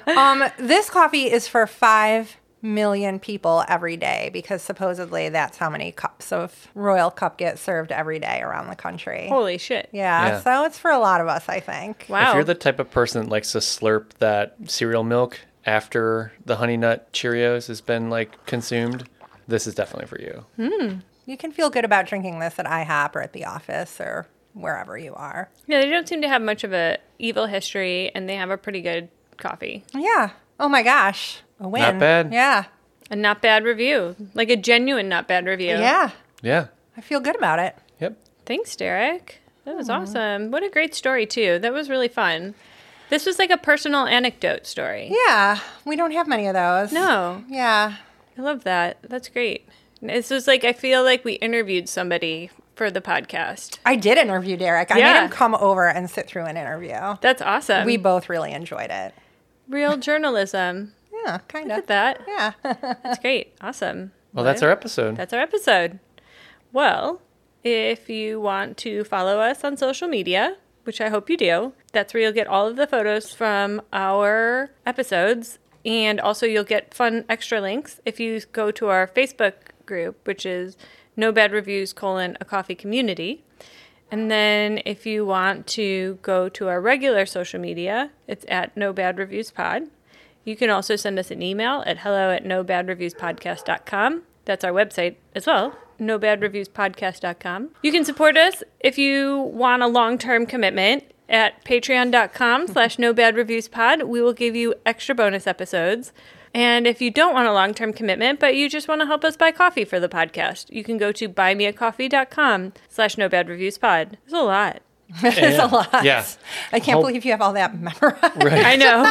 Speaker 3: Um, this coffee is for 5 million people every day because supposedly that's how many cups of Royal Cup get served every day around the country.
Speaker 2: Holy shit.
Speaker 3: Yeah,
Speaker 4: Yeah.
Speaker 3: so it's for a lot of us, I think.
Speaker 2: Wow.
Speaker 4: If you're the type of person that likes to slurp that cereal milk after the Honey Nut Cheerios has been like consumed, this is definitely for you.
Speaker 3: You can feel good about drinking this at IHOP or at the office or wherever you are.
Speaker 2: yeah, they don't seem to have much of a evil history and they have a pretty good coffee.
Speaker 3: Yeah. Oh my gosh. A win.
Speaker 4: bad.
Speaker 3: Yeah.
Speaker 2: A not bad review. Like a genuine not bad review.
Speaker 3: Yeah.
Speaker 4: Yeah.
Speaker 3: I feel good about it.
Speaker 4: Yep.
Speaker 2: Thanks, Derek. That was awesome. What a great story, too. That was really fun. This was like a personal anecdote story.
Speaker 3: Yeah, we don't have many of those.
Speaker 2: No,
Speaker 3: Yeah.
Speaker 2: I love that. That's great. This was like, I feel like we interviewed somebody for the podcast.
Speaker 3: I did interview Derek. I
Speaker 2: Yeah. Um,
Speaker 3: made him come over and sit through an interview.
Speaker 2: That's awesome.
Speaker 3: We both really enjoyed it.
Speaker 2: Real journalism.
Speaker 3: Yeah, kind
Speaker 2: Look at
Speaker 3: of.
Speaker 2: that.
Speaker 3: Yeah.
Speaker 2: That's great. Awesome.
Speaker 4: Well, that's our episode.
Speaker 2: That's our episode. Well, if you want to follow us on social media, which I hope you do, that's where you'll get all of the photos from our episodes. And also, you'll get fun extra links if you go to our Facebook group, which is No Bad Reviews colon a coffee community. And then if you want to go to our regular social media, it's at No Bad Reviews Pod. You can also send us an email at hello at nobadreviewspodcast.com. That's our website as well, nobadreviewspodcast.com. You can support us if you want a long-term commitment at patreon.com slash nobadreviewspod. We will give you extra bonus episodes. And if you don't want a long term commitment, but you just want to help us buy coffee for the podcast, you can go to buymeacoffee.com slash no bad reviews pod. It's a lot.
Speaker 3: There's a lot.
Speaker 4: Yeah.
Speaker 3: I can't
Speaker 4: Whole-
Speaker 3: believe you have all that memorized.
Speaker 2: I know.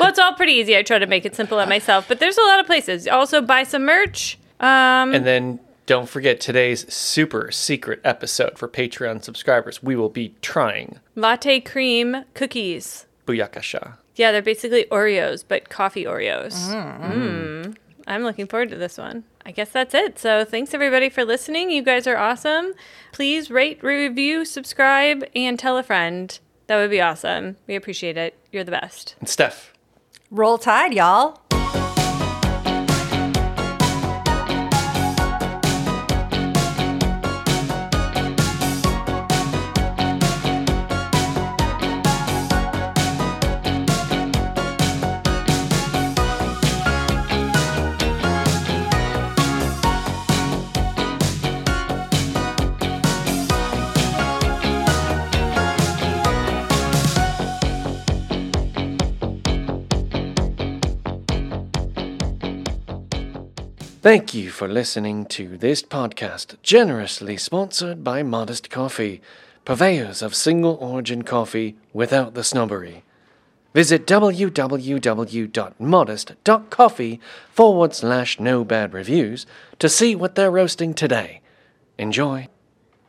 Speaker 2: well, it's all pretty easy. I try to make it simple at myself, but there's a lot of places. Also, buy some merch. Um,
Speaker 4: And then don't forget today's super secret episode for Patreon subscribers. We will be trying
Speaker 2: latte cream cookies.
Speaker 4: Buyakasha.
Speaker 2: Yeah, they're basically Oreos, but coffee Oreos. Mm. I'm looking forward to this one. I guess that's it. So thanks everybody for listening. You guys are awesome. Please rate, review, subscribe, and tell a friend. That would be awesome. We appreciate it. You're the best.
Speaker 4: And Steph.
Speaker 3: Roll tide, y'all.
Speaker 1: Thank you for listening to this podcast, generously sponsored by Modest Coffee, purveyors of single origin coffee without the snobbery. Visit www.modest.coffee forward slash no bad reviews to see what they're roasting today. Enjoy.